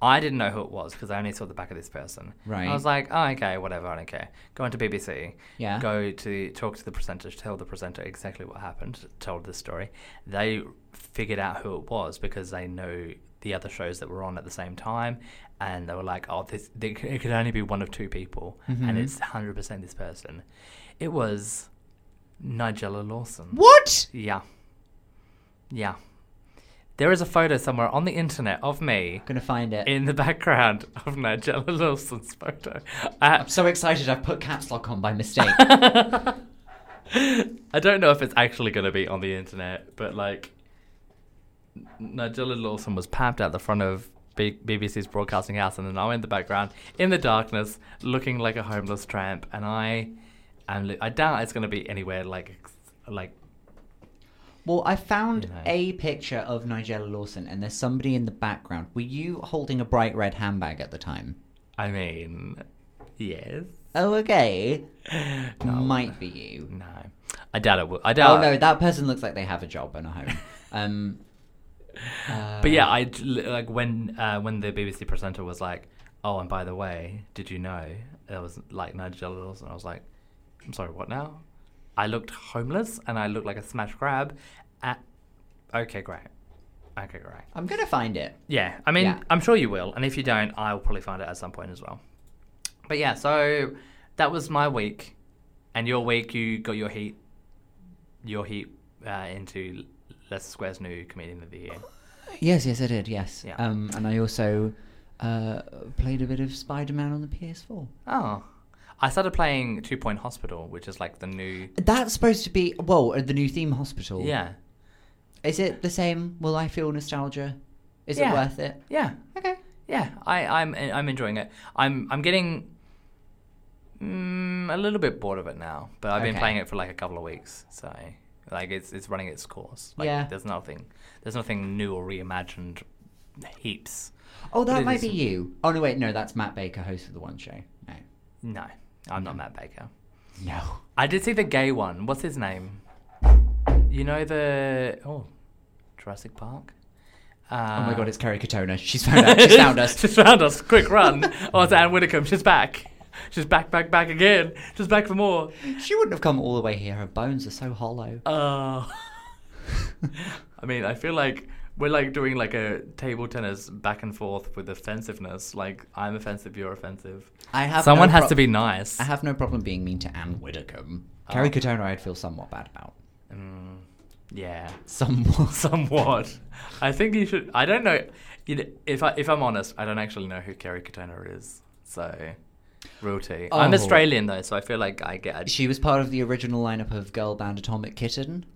I didn't know who it was because I only saw the back of this person. Right. I was like, oh, okay, whatever, I don't care. Go into BBC. Yeah. Go to talk to the presenter, tell the presenter exactly what happened, told the story. They figured out who it was because they know the other shows that were on at the same time. And they were like, oh, this, they, it could only be one of two people. And Mhm. it's 100% this person. It was Nigella Lawson. What? Yeah. Yeah. There is a photo somewhere on the internet of me I'm gonna find it. in the background of Nigella Lawson's photo. I, I'm so excited. I've put caps lock on by mistake. I don't know if it's actually going to be on the internet, but like N- Nigella Lawson was papped at the front of B- BBC's broadcasting house, and then I'm in the background in the darkness looking like a homeless tramp, and I am. Li- I doubt it's going to be anywhere like ex- like well, I found You know. a picture of Nigella Lawson, and there's somebody in the background. Were you holding a bright red handbag at the time? I mean, yes. Oh, okay. Might be you. No, I doubt it. Will. I doubt. Oh no, that person looks like they have a job and a home. Um, uh, But yeah, I d- li- like when uh, when the BBC presenter was like, "Oh, and by the way, did you know there was like Nigella Lawson?" I was like, "I'm sorry, what now?" I looked homeless and I looked like a smash grab. At okay, great. Okay, great. I'm gonna find it. Yeah, I mean, Yeah. I'm sure you will, and if you don't, I'll probably find it at some point as well. But yeah, so that was my week, and your week, you got your heat, your heat uh, into Leicester Square's new comedian of the year. Yes, yes, I did. Yes. Yeah. Um, and I also uh, played a bit of Spider-Man on the PS4. Oh, I started playing Two Point Hospital, which is like the new. That's supposed to be well, uh, the new theme hospital. Yeah, Is it the same? Will I feel nostalgia? Is Yeah. it worth it? yeah, Okay. yeah. I, I'm I'm enjoying it. I'm I'm getting mm, a little bit bored of it now, but I've been Okay. playing it for like a couple of weeks, so like it's it's running its course. Like, Yeah. There's nothing. There's nothing new or reimagined. Heaps. Oh, that it might be isn't. you. Oh no, wait, no, that's Matt Baker, host of the One Show. No. No, I'm not Matt Baker. No. I did see the gay one. What's his name? You know the oh, Jurassic Park. Oh Uh, my god, it's Kerry Katona. She's found out. She's found us. She's found us. Quick run. Oh, it's Anne Whitcomb. She's back. She's back, back, back again. She's back for more. She wouldn't have come all the way here. Her bones are so hollow. Oh. I mean, I feel like we're like doing like a table tennis back and forth with offensiveness. Like I'm offensive, you're offensive. I have Someone no has prob- to be nice. I have no problem being mean to Anne Uh, Widdecombe. Kerry Katona, I'd feel somewhat bad about. Mm, yeah. Somewhat. Somewhat. I think you should. I don't know. You know, if I if I'm honest, I don't actually know who Kerry Katona is. So, royalty. I'm Oh. Australian though, so I feel like I get. A, She was part of the original lineup of girl band Atomic Kitten.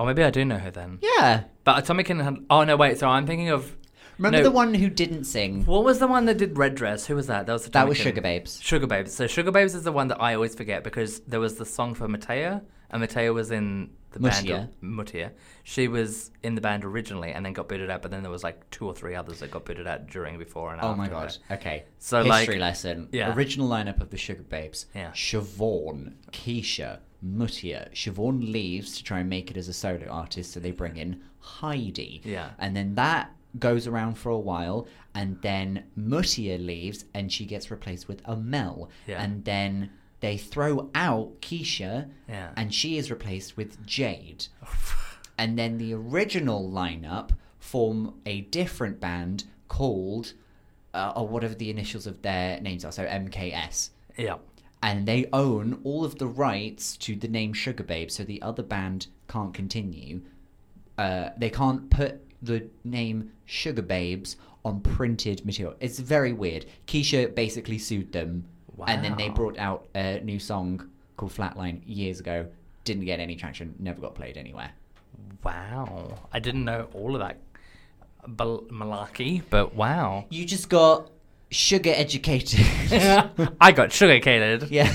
or maybe I do know her then. Yeah. But Atomic and Hun- oh no wait so I'm thinking of Remember No. the one who didn't sing? what was the one that did Red Dress? Who was that? That was That Atomic was and- Sugar Babes. Sugar Babes. So Sugar Babes is the one that I always forget because there was the song for Matea and Matea was in the Mutia. band Mutia. She was in the band originally and then got booted out, but then there was like two or three others that got booted out during before and Oh after my her. god. Okay. So, history like- lesson. Yeah. Original lineup of the Sugar Babes. Yeah. Siobhan, Keisha, Mutia. Siobhan leaves to try and make it as a solo artist, so they bring in Heidi. Yeah. And then that goes around for a while, and then Mutia leaves, and she gets replaced with Amel. Yeah. And then they throw out Keisha, Yeah. and she is replaced with Jade and then the original lineup form a different band called uh, or whatever the initials of their names are so mks Yeah. and they own all of the rights to the name sugar babe so the other band can't continue uh, they can't put the name sugar babes on printed material it's very weird keisha basically sued them and then they Wow. brought out a new song called flatline years ago Didn't get any traction. Never got played anywhere. Wow. I didn't know all of that bal- malarkey, but wow. You just got sugar educated. I got sugarcated. yeah.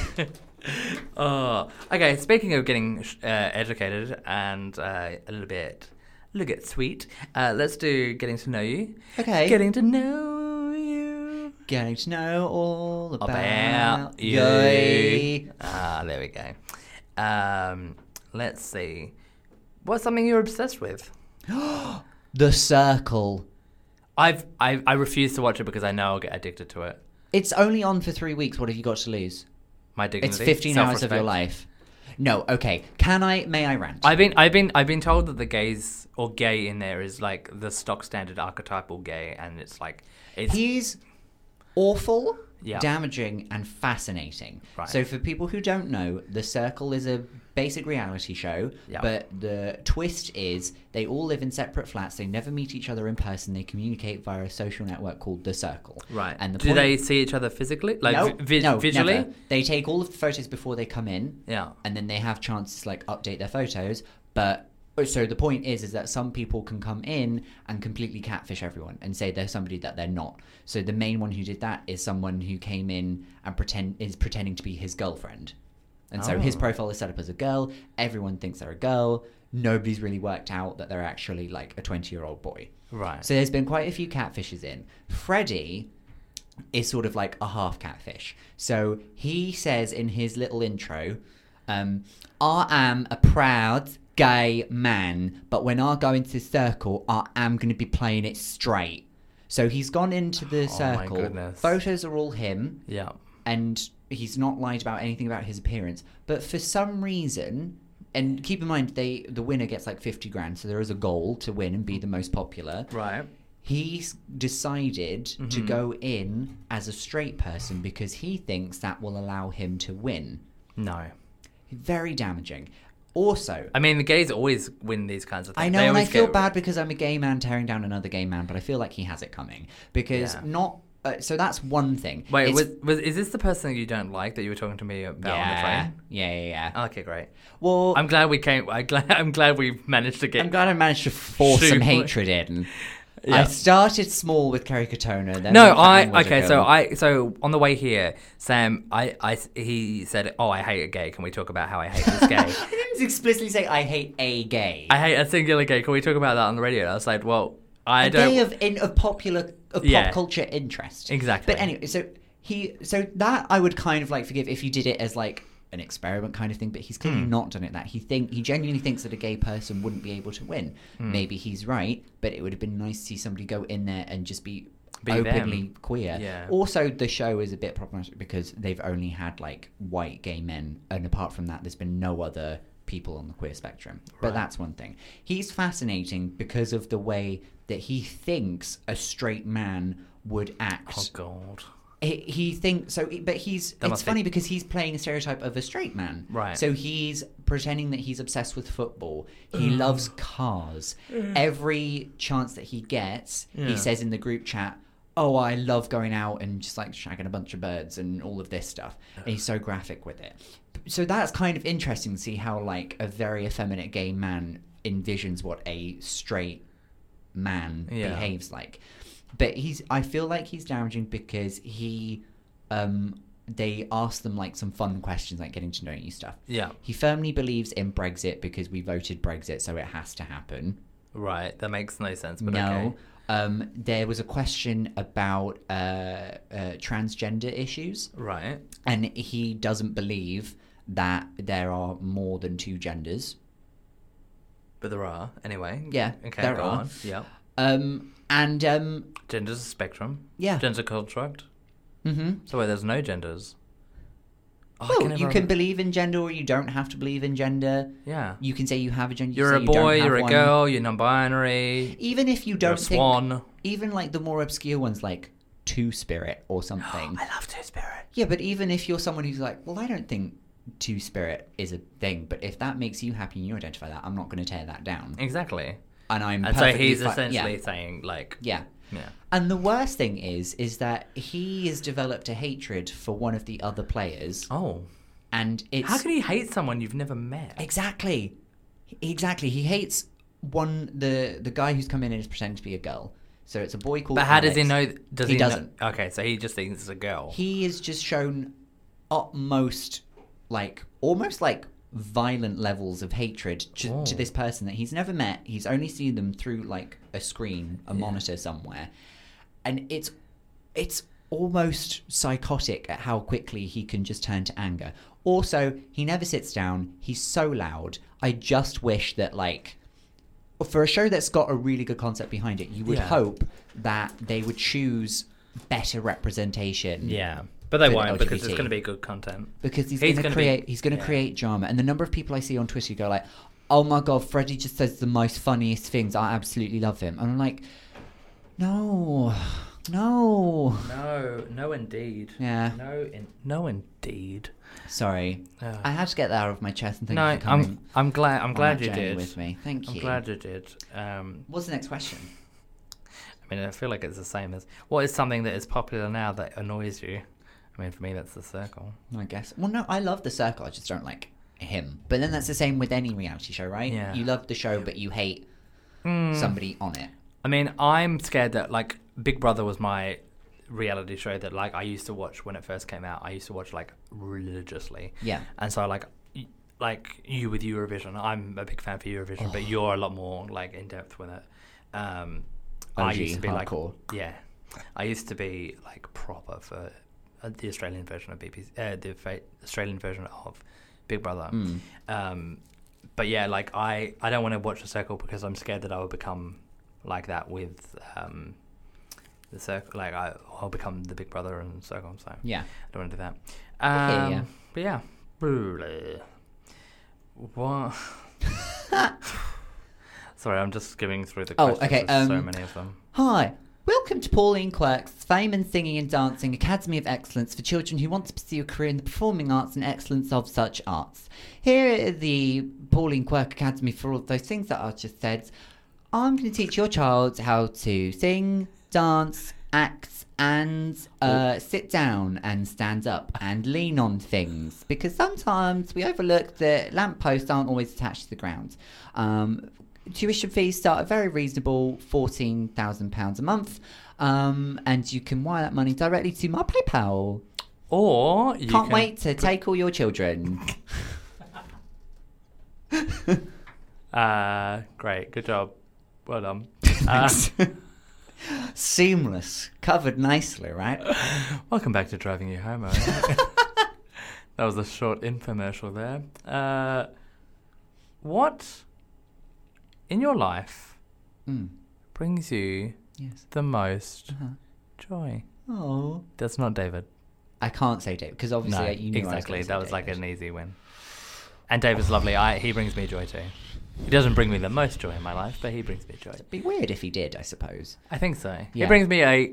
Oh, okay. Speaking of getting sh- uh, educated and uh, a little bit, a little bit sweet, uh, let's do getting to know you. Okay. Getting to know you. Getting to know all about, About you. Yay. Ah, there we go. Um, let's see. What's something you're obsessed with? The Circle. I've I, I refuse to watch it because I know I'll get addicted to it. It's only on for three weeks. What have you got to lose? My dignity. It's 15 hours of your Mm, self-respect. life. No, okay. Can I, may I rant? I've been I've been I've been told that the gays or gay in there is like the stock standard archetypal gay, and it's like it's He's awful, Yeah. damaging, and fascinating. Right. So, for people who don't know, The Circle is a basic reality show, Yeah. but the twist is they all live in separate flats. They never meet each other in person. They communicate via a social network called The Circle. right. And the do point- they see each other physically, like no, vi- vi- no, visually? never. They take all of the photos before they come in, Yeah. and then they have chances to like update their photos but oh, so the point is is that some people can come in and completely catfish everyone and say they're somebody that they're not so the main one who did that is someone who came in and pretend is pretending to be his girlfriend and so his Oh. profile is set up as a girl everyone thinks they're a girl nobody's really worked out that they're actually like a 20 year old boy Right. so there's been quite a few catfishes in. Freddy is sort of like a half catfish. So he says in his little intro, um, I am a proud gay man, but when I go into the circle, I am going to be playing it straight. So he's gone into the Oh my circle. goodness. Photos are all him, yeah. and he's not lied about anything about his appearance. But for some reason, and keep in mind, they the winner gets like 50 grand, so there is a goal to win and be the most popular Right. he's decided to Mhm. go in as a straight person because he thinks that will allow him to win. No. Very damaging. Also, I mean, the gays always win these kinds of things. I know They and I always feel get- bad because I'm a gay man tearing down another gay man, but I feel like he has it coming because Yeah. not. Uh, so that's one thing. Wait, It's- was, was is this the person that you don't like that you were talking to me about yeah, on yeah, yeah, yeah. the train? Okay, great. well, I'm, I'm glad we came. I'm glad. I'm glad we managed to get. glad I managed to force some Shoot. hatred in. I Yeah. started small with Kerry Katona. Then No, went for I Anne okay. Wojcicki. So I so on the way here, Sam, I, I he said, "Oh, I hate a gay. Can we talk about how I hate this gay? I didn't explicitly say I hate a gay. I hate a singular gay. Can we talk about that on the radio?" And I was like, "Well, I a don't." gay of in of popular of Yeah. pop culture interest. Exactly. But anyway, so he so that I would kind of like forgive if he did it as like an experiment kind of thing, but he's Hmm. clearly not done it that he think he genuinely thinks that a gay person wouldn't be able to win. Hmm. Maybe he's right, but it would have been nice to see somebody go in there and just be, Be them. openly queer. Yeah. Also the show is a bit problematic because they've only had like white gay men and apart from that there's been no other people on the queer spectrum. But Right. that's one thing. He's fascinating because of the way that he thinks a straight man would act oh God. he, he thinks so but he's That it's must be- funny because he's playing a stereotype of a straight man Right. so he's pretending that he's obsessed with football he Mm. loves cars every chance that he gets Yeah. he says in the group chat oh i love going out and just like shagging a bunch of birds and all of this stuff and he's so graphic with it so that's kind of interesting to see how like a very effeminate gay man envisions what a straight man Yeah. behaves like. But he's I feel like he's damaging because he um they ask them like some fun questions like getting to know you stuff. Yeah. He firmly believes in Brexit because we voted Brexit so it has to happen. Right. That makes no sense. But no. okay. Um, there was a question about uh, uh, transgender issues, Right. and he doesn't believe that there are more than two genders. But there are anyway. Yeah, Okay. there go are. on. Yeah. Um, and um, Gender's a spectrum. yeah, Gender's a construct. hmm So wait, there's no genders. Oh, I well, never you can remember. believe in gender or you don't have to believe in gender. Yeah. You can say you have a gender. you You're a can say you don't boy. have You're a one. girl. You're non-binary. Even if you You're don't a think, swan. even like the more obscure ones, like Two Spirit or something. I love Two Spirit. yeah, but even if you're someone who's like, well, I don't think Two Spirit is a thing, but if that makes you happy and you identify that, I'm not going to tear that down. Exactly. And I'm And so perfectly he's fi- essentially yeah, saying like, yeah. yeah, And the worst thing is, is that he has developed a hatred for one of the other players. oh, and it's How can you hate someone you've never met? Exactly. Exactly. He hates one the the guy who's come in and is pretending to be a girl. So it's a boy called. But how does Alex. he know? Does He he, know- doesn't. okay, so he just thinks it's a girl. He is just shown utmost, like almost like violent levels of hatred to, to Oh. this person that he's never met. He's only seen them through like a screen, a monitor somewhere, and it's it's almost psychotic at how quickly he can just turn to anger. Also, he never sits down. He's so loud. I just wish that like for a show that's got a really good concept behind it, you would Yeah. hope that they would choose better representation. yeah, but they For the won't because it's LGBT. going to be good content. Because he's, He's gonna, gonna be- create he's gonna yeah. create drama. And the number of people I see on Twitter who go like, Oh my god, Freddie just says the most funniest things. I absolutely love him. And I'm like, No, no. No, no, indeed. Yeah. No, in, no, indeed. Sorry. Ugh. I had to get that out of my chest and thank no, you for coming. I'm. I'm glad. I'm on glad that you journey did. with me. Thank I'm you. glad you did. Um, What's the next question? I mean, I feel like it's the same as what is something that is popular now that annoys you. I mean, for me, that's the circle. I guess. Well, no, I love the circle. I just don't like him. But then that's the same with any reality show, right? Yeah. You love the show, but you hate Hmm. somebody on it. I mean, I'm scared that like Big Brother was my reality show that like I used to watch when it first came out. I used to watch like religiously. Yeah. And so like y- like you with Eurovision, I'm a big fan for Eurovision, but Oh. you're a lot more like in depth with it. Um, I OG, used to be hardcore. like yeah, I used to be like proper for uh, the Australian version of BBC, uh, the fa- Australian version of Big Brother. Hmm. Mm. Um, but yeah, like I, I don't want to watch the circle because I'm scared that I will become like that with um, the circle. Like I, I'll become the Big Brother and circle. So Yeah. I don't want to do that. hear Um, ya. But yeah, really. What? Sorry, I'm just skimming through the Oh, questions. okay, There's so um, many of them. Hi. Welcome to Pauline Quirk's Fame in Singing and Dancing Academy of Excellence for children who want to pursue a career in the performing arts and excellence of such arts. Here at the Pauline Quirk Academy for all of those things that I just said, I'm going to teach your child how to sing, dance, act, and uh, sit down and stand up and lean on things because sometimes we overlook that lampposts aren't always attached to the ground. Um, tuition fees start at very reasonable £14,000 a month, um, and you can wire that money directly to my PayPal. Or you Can't can- wait to take all your children. Uh, great, good job, well done. Uh, Thanks. Seamless, covered nicely, right? Welcome back to Driving You Home. Owen. that was a short infomercial there. Uh, what in your life Mm, brings you yes. the most Uh-huh. joy? Oh. That's not David. I can't say David because obviously uh, you knew exactly. I was that was like an an. easy win. And David's lovely. I, he brings me joy too. He doesn't bring me the most joy in my life, but he brings me joy. It'd be weird if he did, I suppose. I think so. He Yeah. brings me a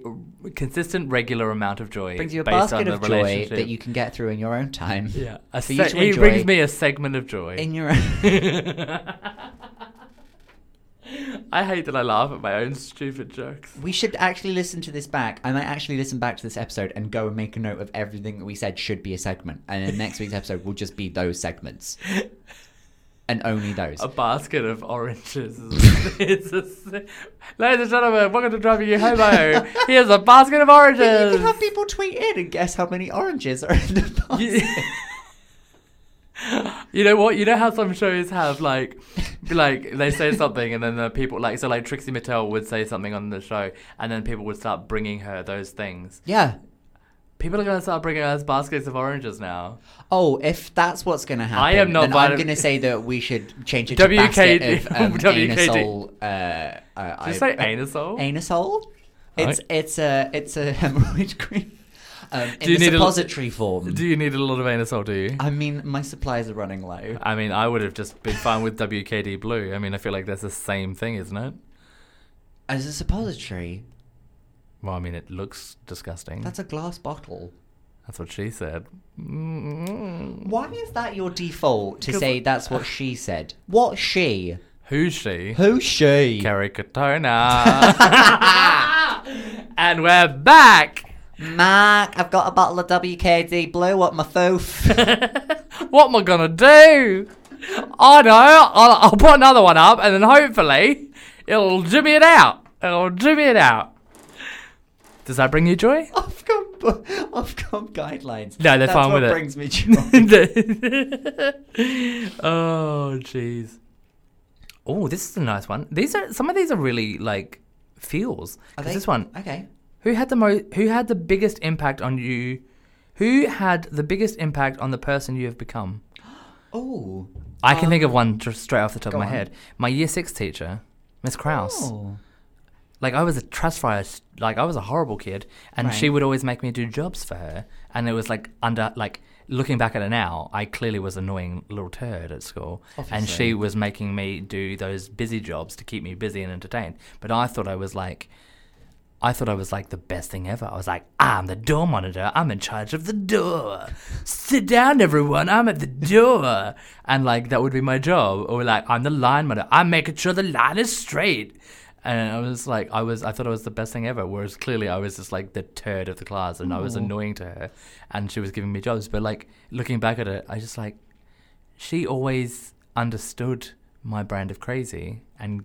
consistent, regular amount of joy. Brings you a based basket on of the joy relationship. that you can get through in your own time. Yeah, a For you se- to he enjoy brings me a segment of joy. in your own. I hate that I laugh at my own stupid jokes. we should actually listen to this back. I might actually listen back to this episode and go and make a note of everything that we said should be a segment, and then next week's episode will just be those segments and only those. A basket of oranges. is- it's a se- Ladies and gentlemen, welcome to Driving You Homo. Here's a basket of But you oranges. can have people tweet in and guess how many oranges are in the box. You- you know what? You know how some shows have like, like they say something and then the people like so like Trixie Mattel would say something on the show and then people would start bringing her those things. Yeah. People are gonna start bringing us baskets of oranges now. Oh, if that's what's going to happen, I am not then violent- I'm going to say that we should change it to WKD. basket of um, WKD. anusol. Uh, uh, Did you I- say anusol? anusol? It's it's a it's a hemorrhoid cream. Um, in Do you the need a- suppository form. Do you need a lot of anusol? Do you? I mean, my supplies are running low. I mean, I would have just been fine with WKD Blue. I mean, I feel like that's the same thing, isn't it? As a suppository, Well, I mean, it looks disgusting. that's a glass bottle. That's what she said. Mm. Why is that your default to 'Cause- say that's what she said? What she? Who's she? Who she? Kerry Katona. and we're back. Mark, I've got a bottle of WKD Blue up my foof. What am I gonna do? I know. I'll, I'll put another one up, and then hopefully it'll jimmy it out. It'll jimmy it out. Does that bring you joy? Ofcom, Ofcom guidelines. No, they're That's fine what with it. brings me joy. oh, jeez. Oh, this is a nice one. These are some of these are really like feels. Are 'Cause they- This one, Okay. who had the most? Who had the biggest impact on you? Who had the biggest impact on the person you have become? Oh. I can think of one just straight off the top go of my on. head. My year six teacher, Miss Kraus. Oh. Like I was a trust fire, like I was a horrible kid, and Right. she would always make me do jobs for her. And it was like under like looking back at it now, I clearly was an annoying little turd at school, and Obviously. she was making me do those busy jobs to keep me busy and entertained. But I thought I was like. I thought I was like the best thing ever. I was like, I'm the door monitor. I'm in charge of the door. Sit down, everyone. I'm at the door. And like, that would be my job. Or like, I'm the line monitor. I'm making sure the line is straight. And I was like, I was, I thought I was the best thing ever. Whereas clearly I was just like the turd of the class and I was annoying to her and she was giving me jobs. But like, looking back at it, I just like, she always understood my brand of crazy and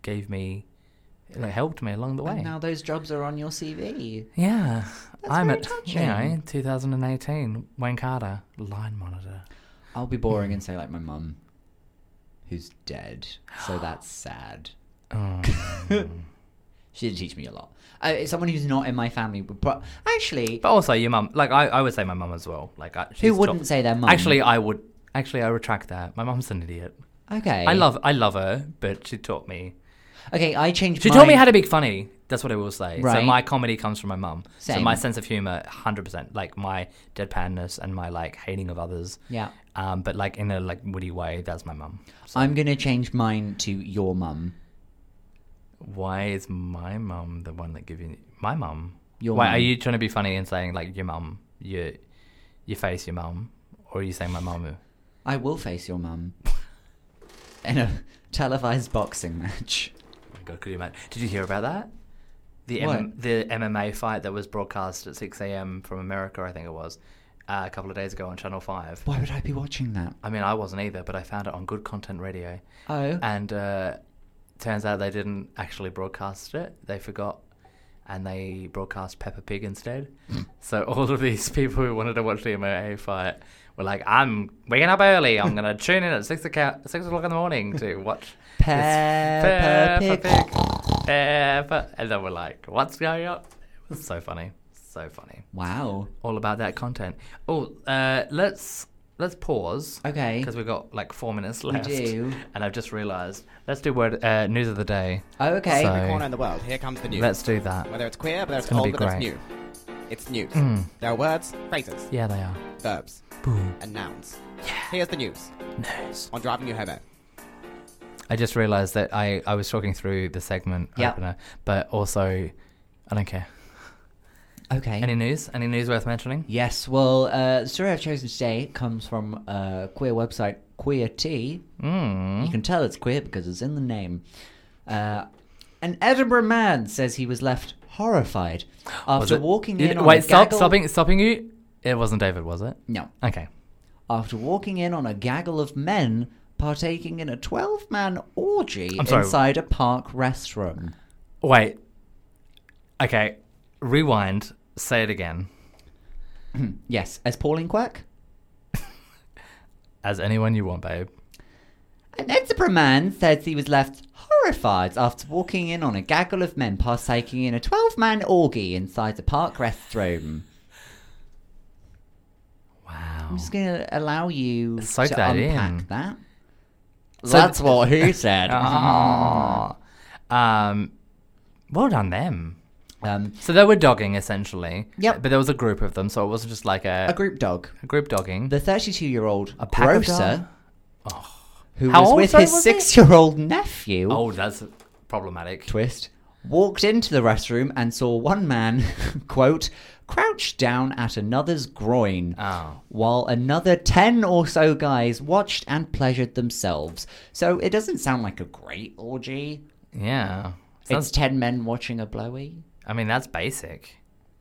gave me, like, helped me along the way. And now those jobs are on your CV. Yeah, I'm very at touching. yeah 2018 Wayne Carter line monitor. I'll be boring and say like my mum, who's dead. So that's sad. Oh. She did teach me a lot. Uh, it's someone who's not in my family, but but actually, But also your mum, like I, I would say my mum as well. Like I, she's who top- wouldn't say their mum? Actually, I would. Actually, I retract that. My mum's an idiot. okay. I love, I love her, but she taught me. Okay, I changed. She mine. taught me how to be funny. That's what I will say. So Right. my comedy comes from my mum. So Same. my sense of humor, hundred percent, like my deadpanness and my like hating of others. Yeah. Um, but like in a like witty way. That's my mum. I'm gonna change mine to your mum. Why is my mum the one that giving my mum? Your Why mum. are you trying to be funny and saying like your mum, your your face, your mum, or are you saying my mum? Oh I will face your mum in a televised boxing match. Oh my god, could you imagine? Did you hear about that? The What? M- the MMA fight that was broadcast at six a.m. from America, I think it was, uh, a couple of days ago on Channel Five. Why would I be watching that? I mean, I wasn't either, but I found it on Good Content Radio. Oh, and uh, turns out they didn't actually broadcast it. They forgot, and they broadcast Peppa Pig instead. so all of these people who wanted to watch the MMA fight were like, "I'm waking up early. I'm gonna tune in at six o'clock, six o'clock in the morning to watch this Peppa Pig." Peppa." And they were like, "What's going on?" It was so funny, so funny. wow. All about that content. Oh, uh, let's let's pause Okay. because we've got like four minutes left. do. And I've just realised. Let's do word uh, news of the day. Oh, okay. So- Every corner in the world, here comes the news. Let's do that. whether it's queer, whether it's, gonna old, be whether it's great. Mm. new. It's news. There are words, phrases, Yeah, they are. verbs, Boom. and nouns. Here's the news News. on driving you homo. I just realised that I, I was talking through the segment Yeah. opener, but also I don't care. Okay. Any news? Any news worth mentioning? Yes, well, uh, the story I've chosen today comes from a queer website, Queer Tea. You Mm. can tell it's queer because it's in the name. Uh, an Edinburgh man says he was left horrified Was after it- walking you- in on a Wait, stop! gaggle- Stopping! Stopping you! It wasn't David, was it? No, Okay. after walking in on a gaggle of men partaking in a twelve-man orgy I'm sorry. inside a park restroom. Wait. Okay. Rewind. Say it again. Yes, as Pauline Quirk. As anyone you want, babe. An Edinburgh man says he was left horrified after walking in on a gaggle of men partaking in a 12 man orgy inside the park restroom. Wow. I'm just going to allow you Soak to that unpack in. that. So That's th- what he said. Ah. um, well done them. um, So they were dogging essentially. Yep. But there was a group of them, so it wasn't just like a, a group dog. a group dogging. The 32 year old A pack of grocer who How was old, with sorry, his was he? six year old nephew, oh, that's problematic. twist, walked into the restroom and saw one man, quote, crouched down at another's groin. Oh. while another 10 or so guys watched and pleasured themselves. So it doesn't sound like a great orgy. Yeah. it's 10 men watching a blowy. I mean, that's basic.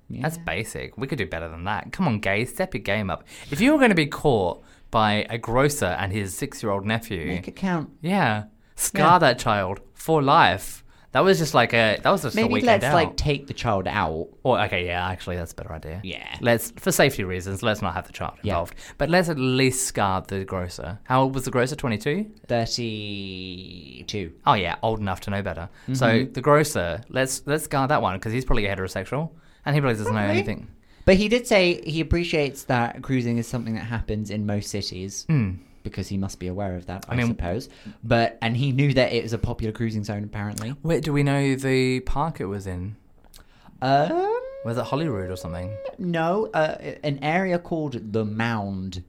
That's basic. We could do better than that. Come on, gays, step your game up. If you were going to be caught by a grocer and his six-year-old nephew, Make it count. yeah, scar Yeah. that child for life. That was just like a that was just a Maybe weekend let's out. like take the child out. Or okay, yeah, actually, that's a better idea. Yeah. Let's for safety reasons, let's not have the child Yeah. involved, but let's at least scar the grocer. How old was the grocer? Twenty-two. Thirty-two. Oh yeah, old enough to know better. So Mm-hmm. the grocer, let's let's guard that one because he's probably heterosexual and he probably doesn't know Probably. anything. But he did say he appreciates that cruising is something that happens in most cities because he must be aware of that, I, Hmm. mean- suppose. But and he knew that it was a popular cruising zone apparently. Where do we know the park it was in? Um, Was it Holyrood or something? no, uh, an area called the Mound.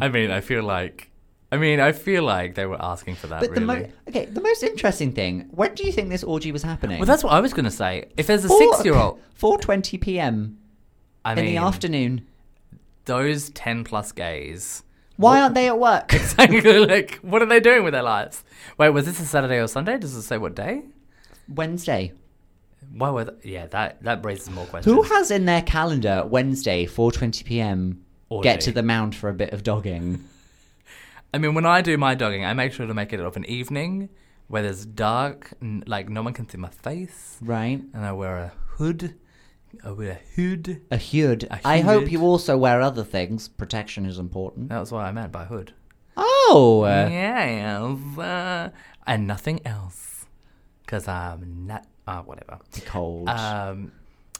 I mean, I feel like, I mean, I feel like they were asking for that. But the really. mo- okay, the most interesting thing. When do you think this orgy was happening? well, that's what I was gonna say. If there's a six-year-old, Four twenty p.m. I in mean, the afternoon. those ten-plus gays. Why aren't they at work? Exactly. like, what are they doing with their lives? Wait, was this a Saturday or Sunday? Does it say what day? Wednesday. Why were? th- yeah, that that raises more questions. Who has in their calendar Wednesday, 4:20 p.m. Orgy. Get to the mound for a bit of dogging. I mean, when I do my dogging, I make sure to make it of an evening where there's dark, n- like no one can see my face, Right. and I wear a hood. I wear a hood. A hood. A I hope hood. you also wear other things. Protection is important. That was what I meant by hood. Oh, uh, yeah, uh, and nothing else, because I'm not. Uh, whatever. it's cold. Um,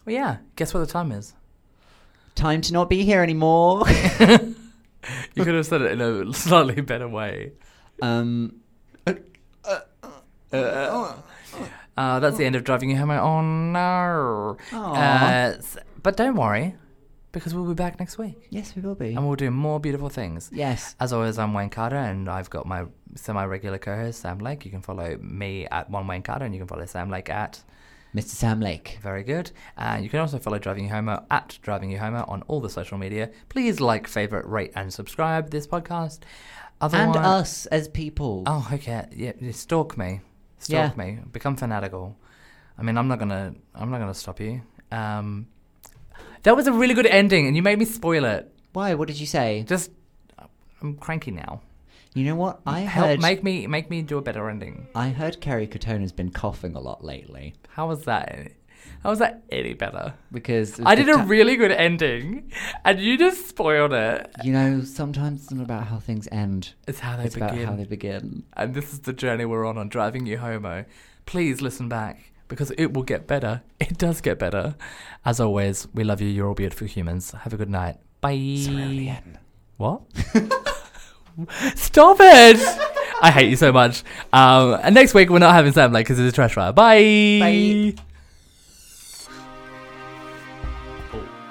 well, yeah. Guess what the time is? Time to not be here anymore. You could have said it in a slightly better way. um, Uh, that's the end of driving you home. Oh no! Aw. Uh, s- but don't worry, because we'll be back next week, yes, we will be. and we'll do more beautiful things. Yes. As always, I'm Wayne Carter, and I've got my semi-regular co-host Sam Lake. You can follow me at one Wayne Carter, and you can follow Sam Lake at Mr. Sam Lake. very good. And you can also follow Driving You Homo at Driving You Homo on all the social media. Please like, favorite, rate, and subscribe this podcast. And Otherwise, us as people. Oh, okay. Yeah, yeah, stalk me. Yeah. Stalk me. Become fanatical. I mean, I'm not gonna. I'm not gonna stop you. Um, that was a really good ending, and you made me spoil it. Why? What did you say? Just, I'm cranky now. You know what? I Help heard. make me make me do a better ending. I heard Kerry Katone has been coughing a lot lately How was that? any- How was that any better? because it was I the did a ti- really good ending, and you just spoiled it. You know, sometimes it's not about how things end. It's how they It's begin. about how they begin. and this is the journey we're on on driving you homo. Please listen back because it will get better. It does get better. As always, we love you. You're all beautiful humans. Have a good night. Bye. What? Stop it! I hate you so much. Um, and next week we're not having Sam like because it's a trash fire. Bye. Bye. Oh.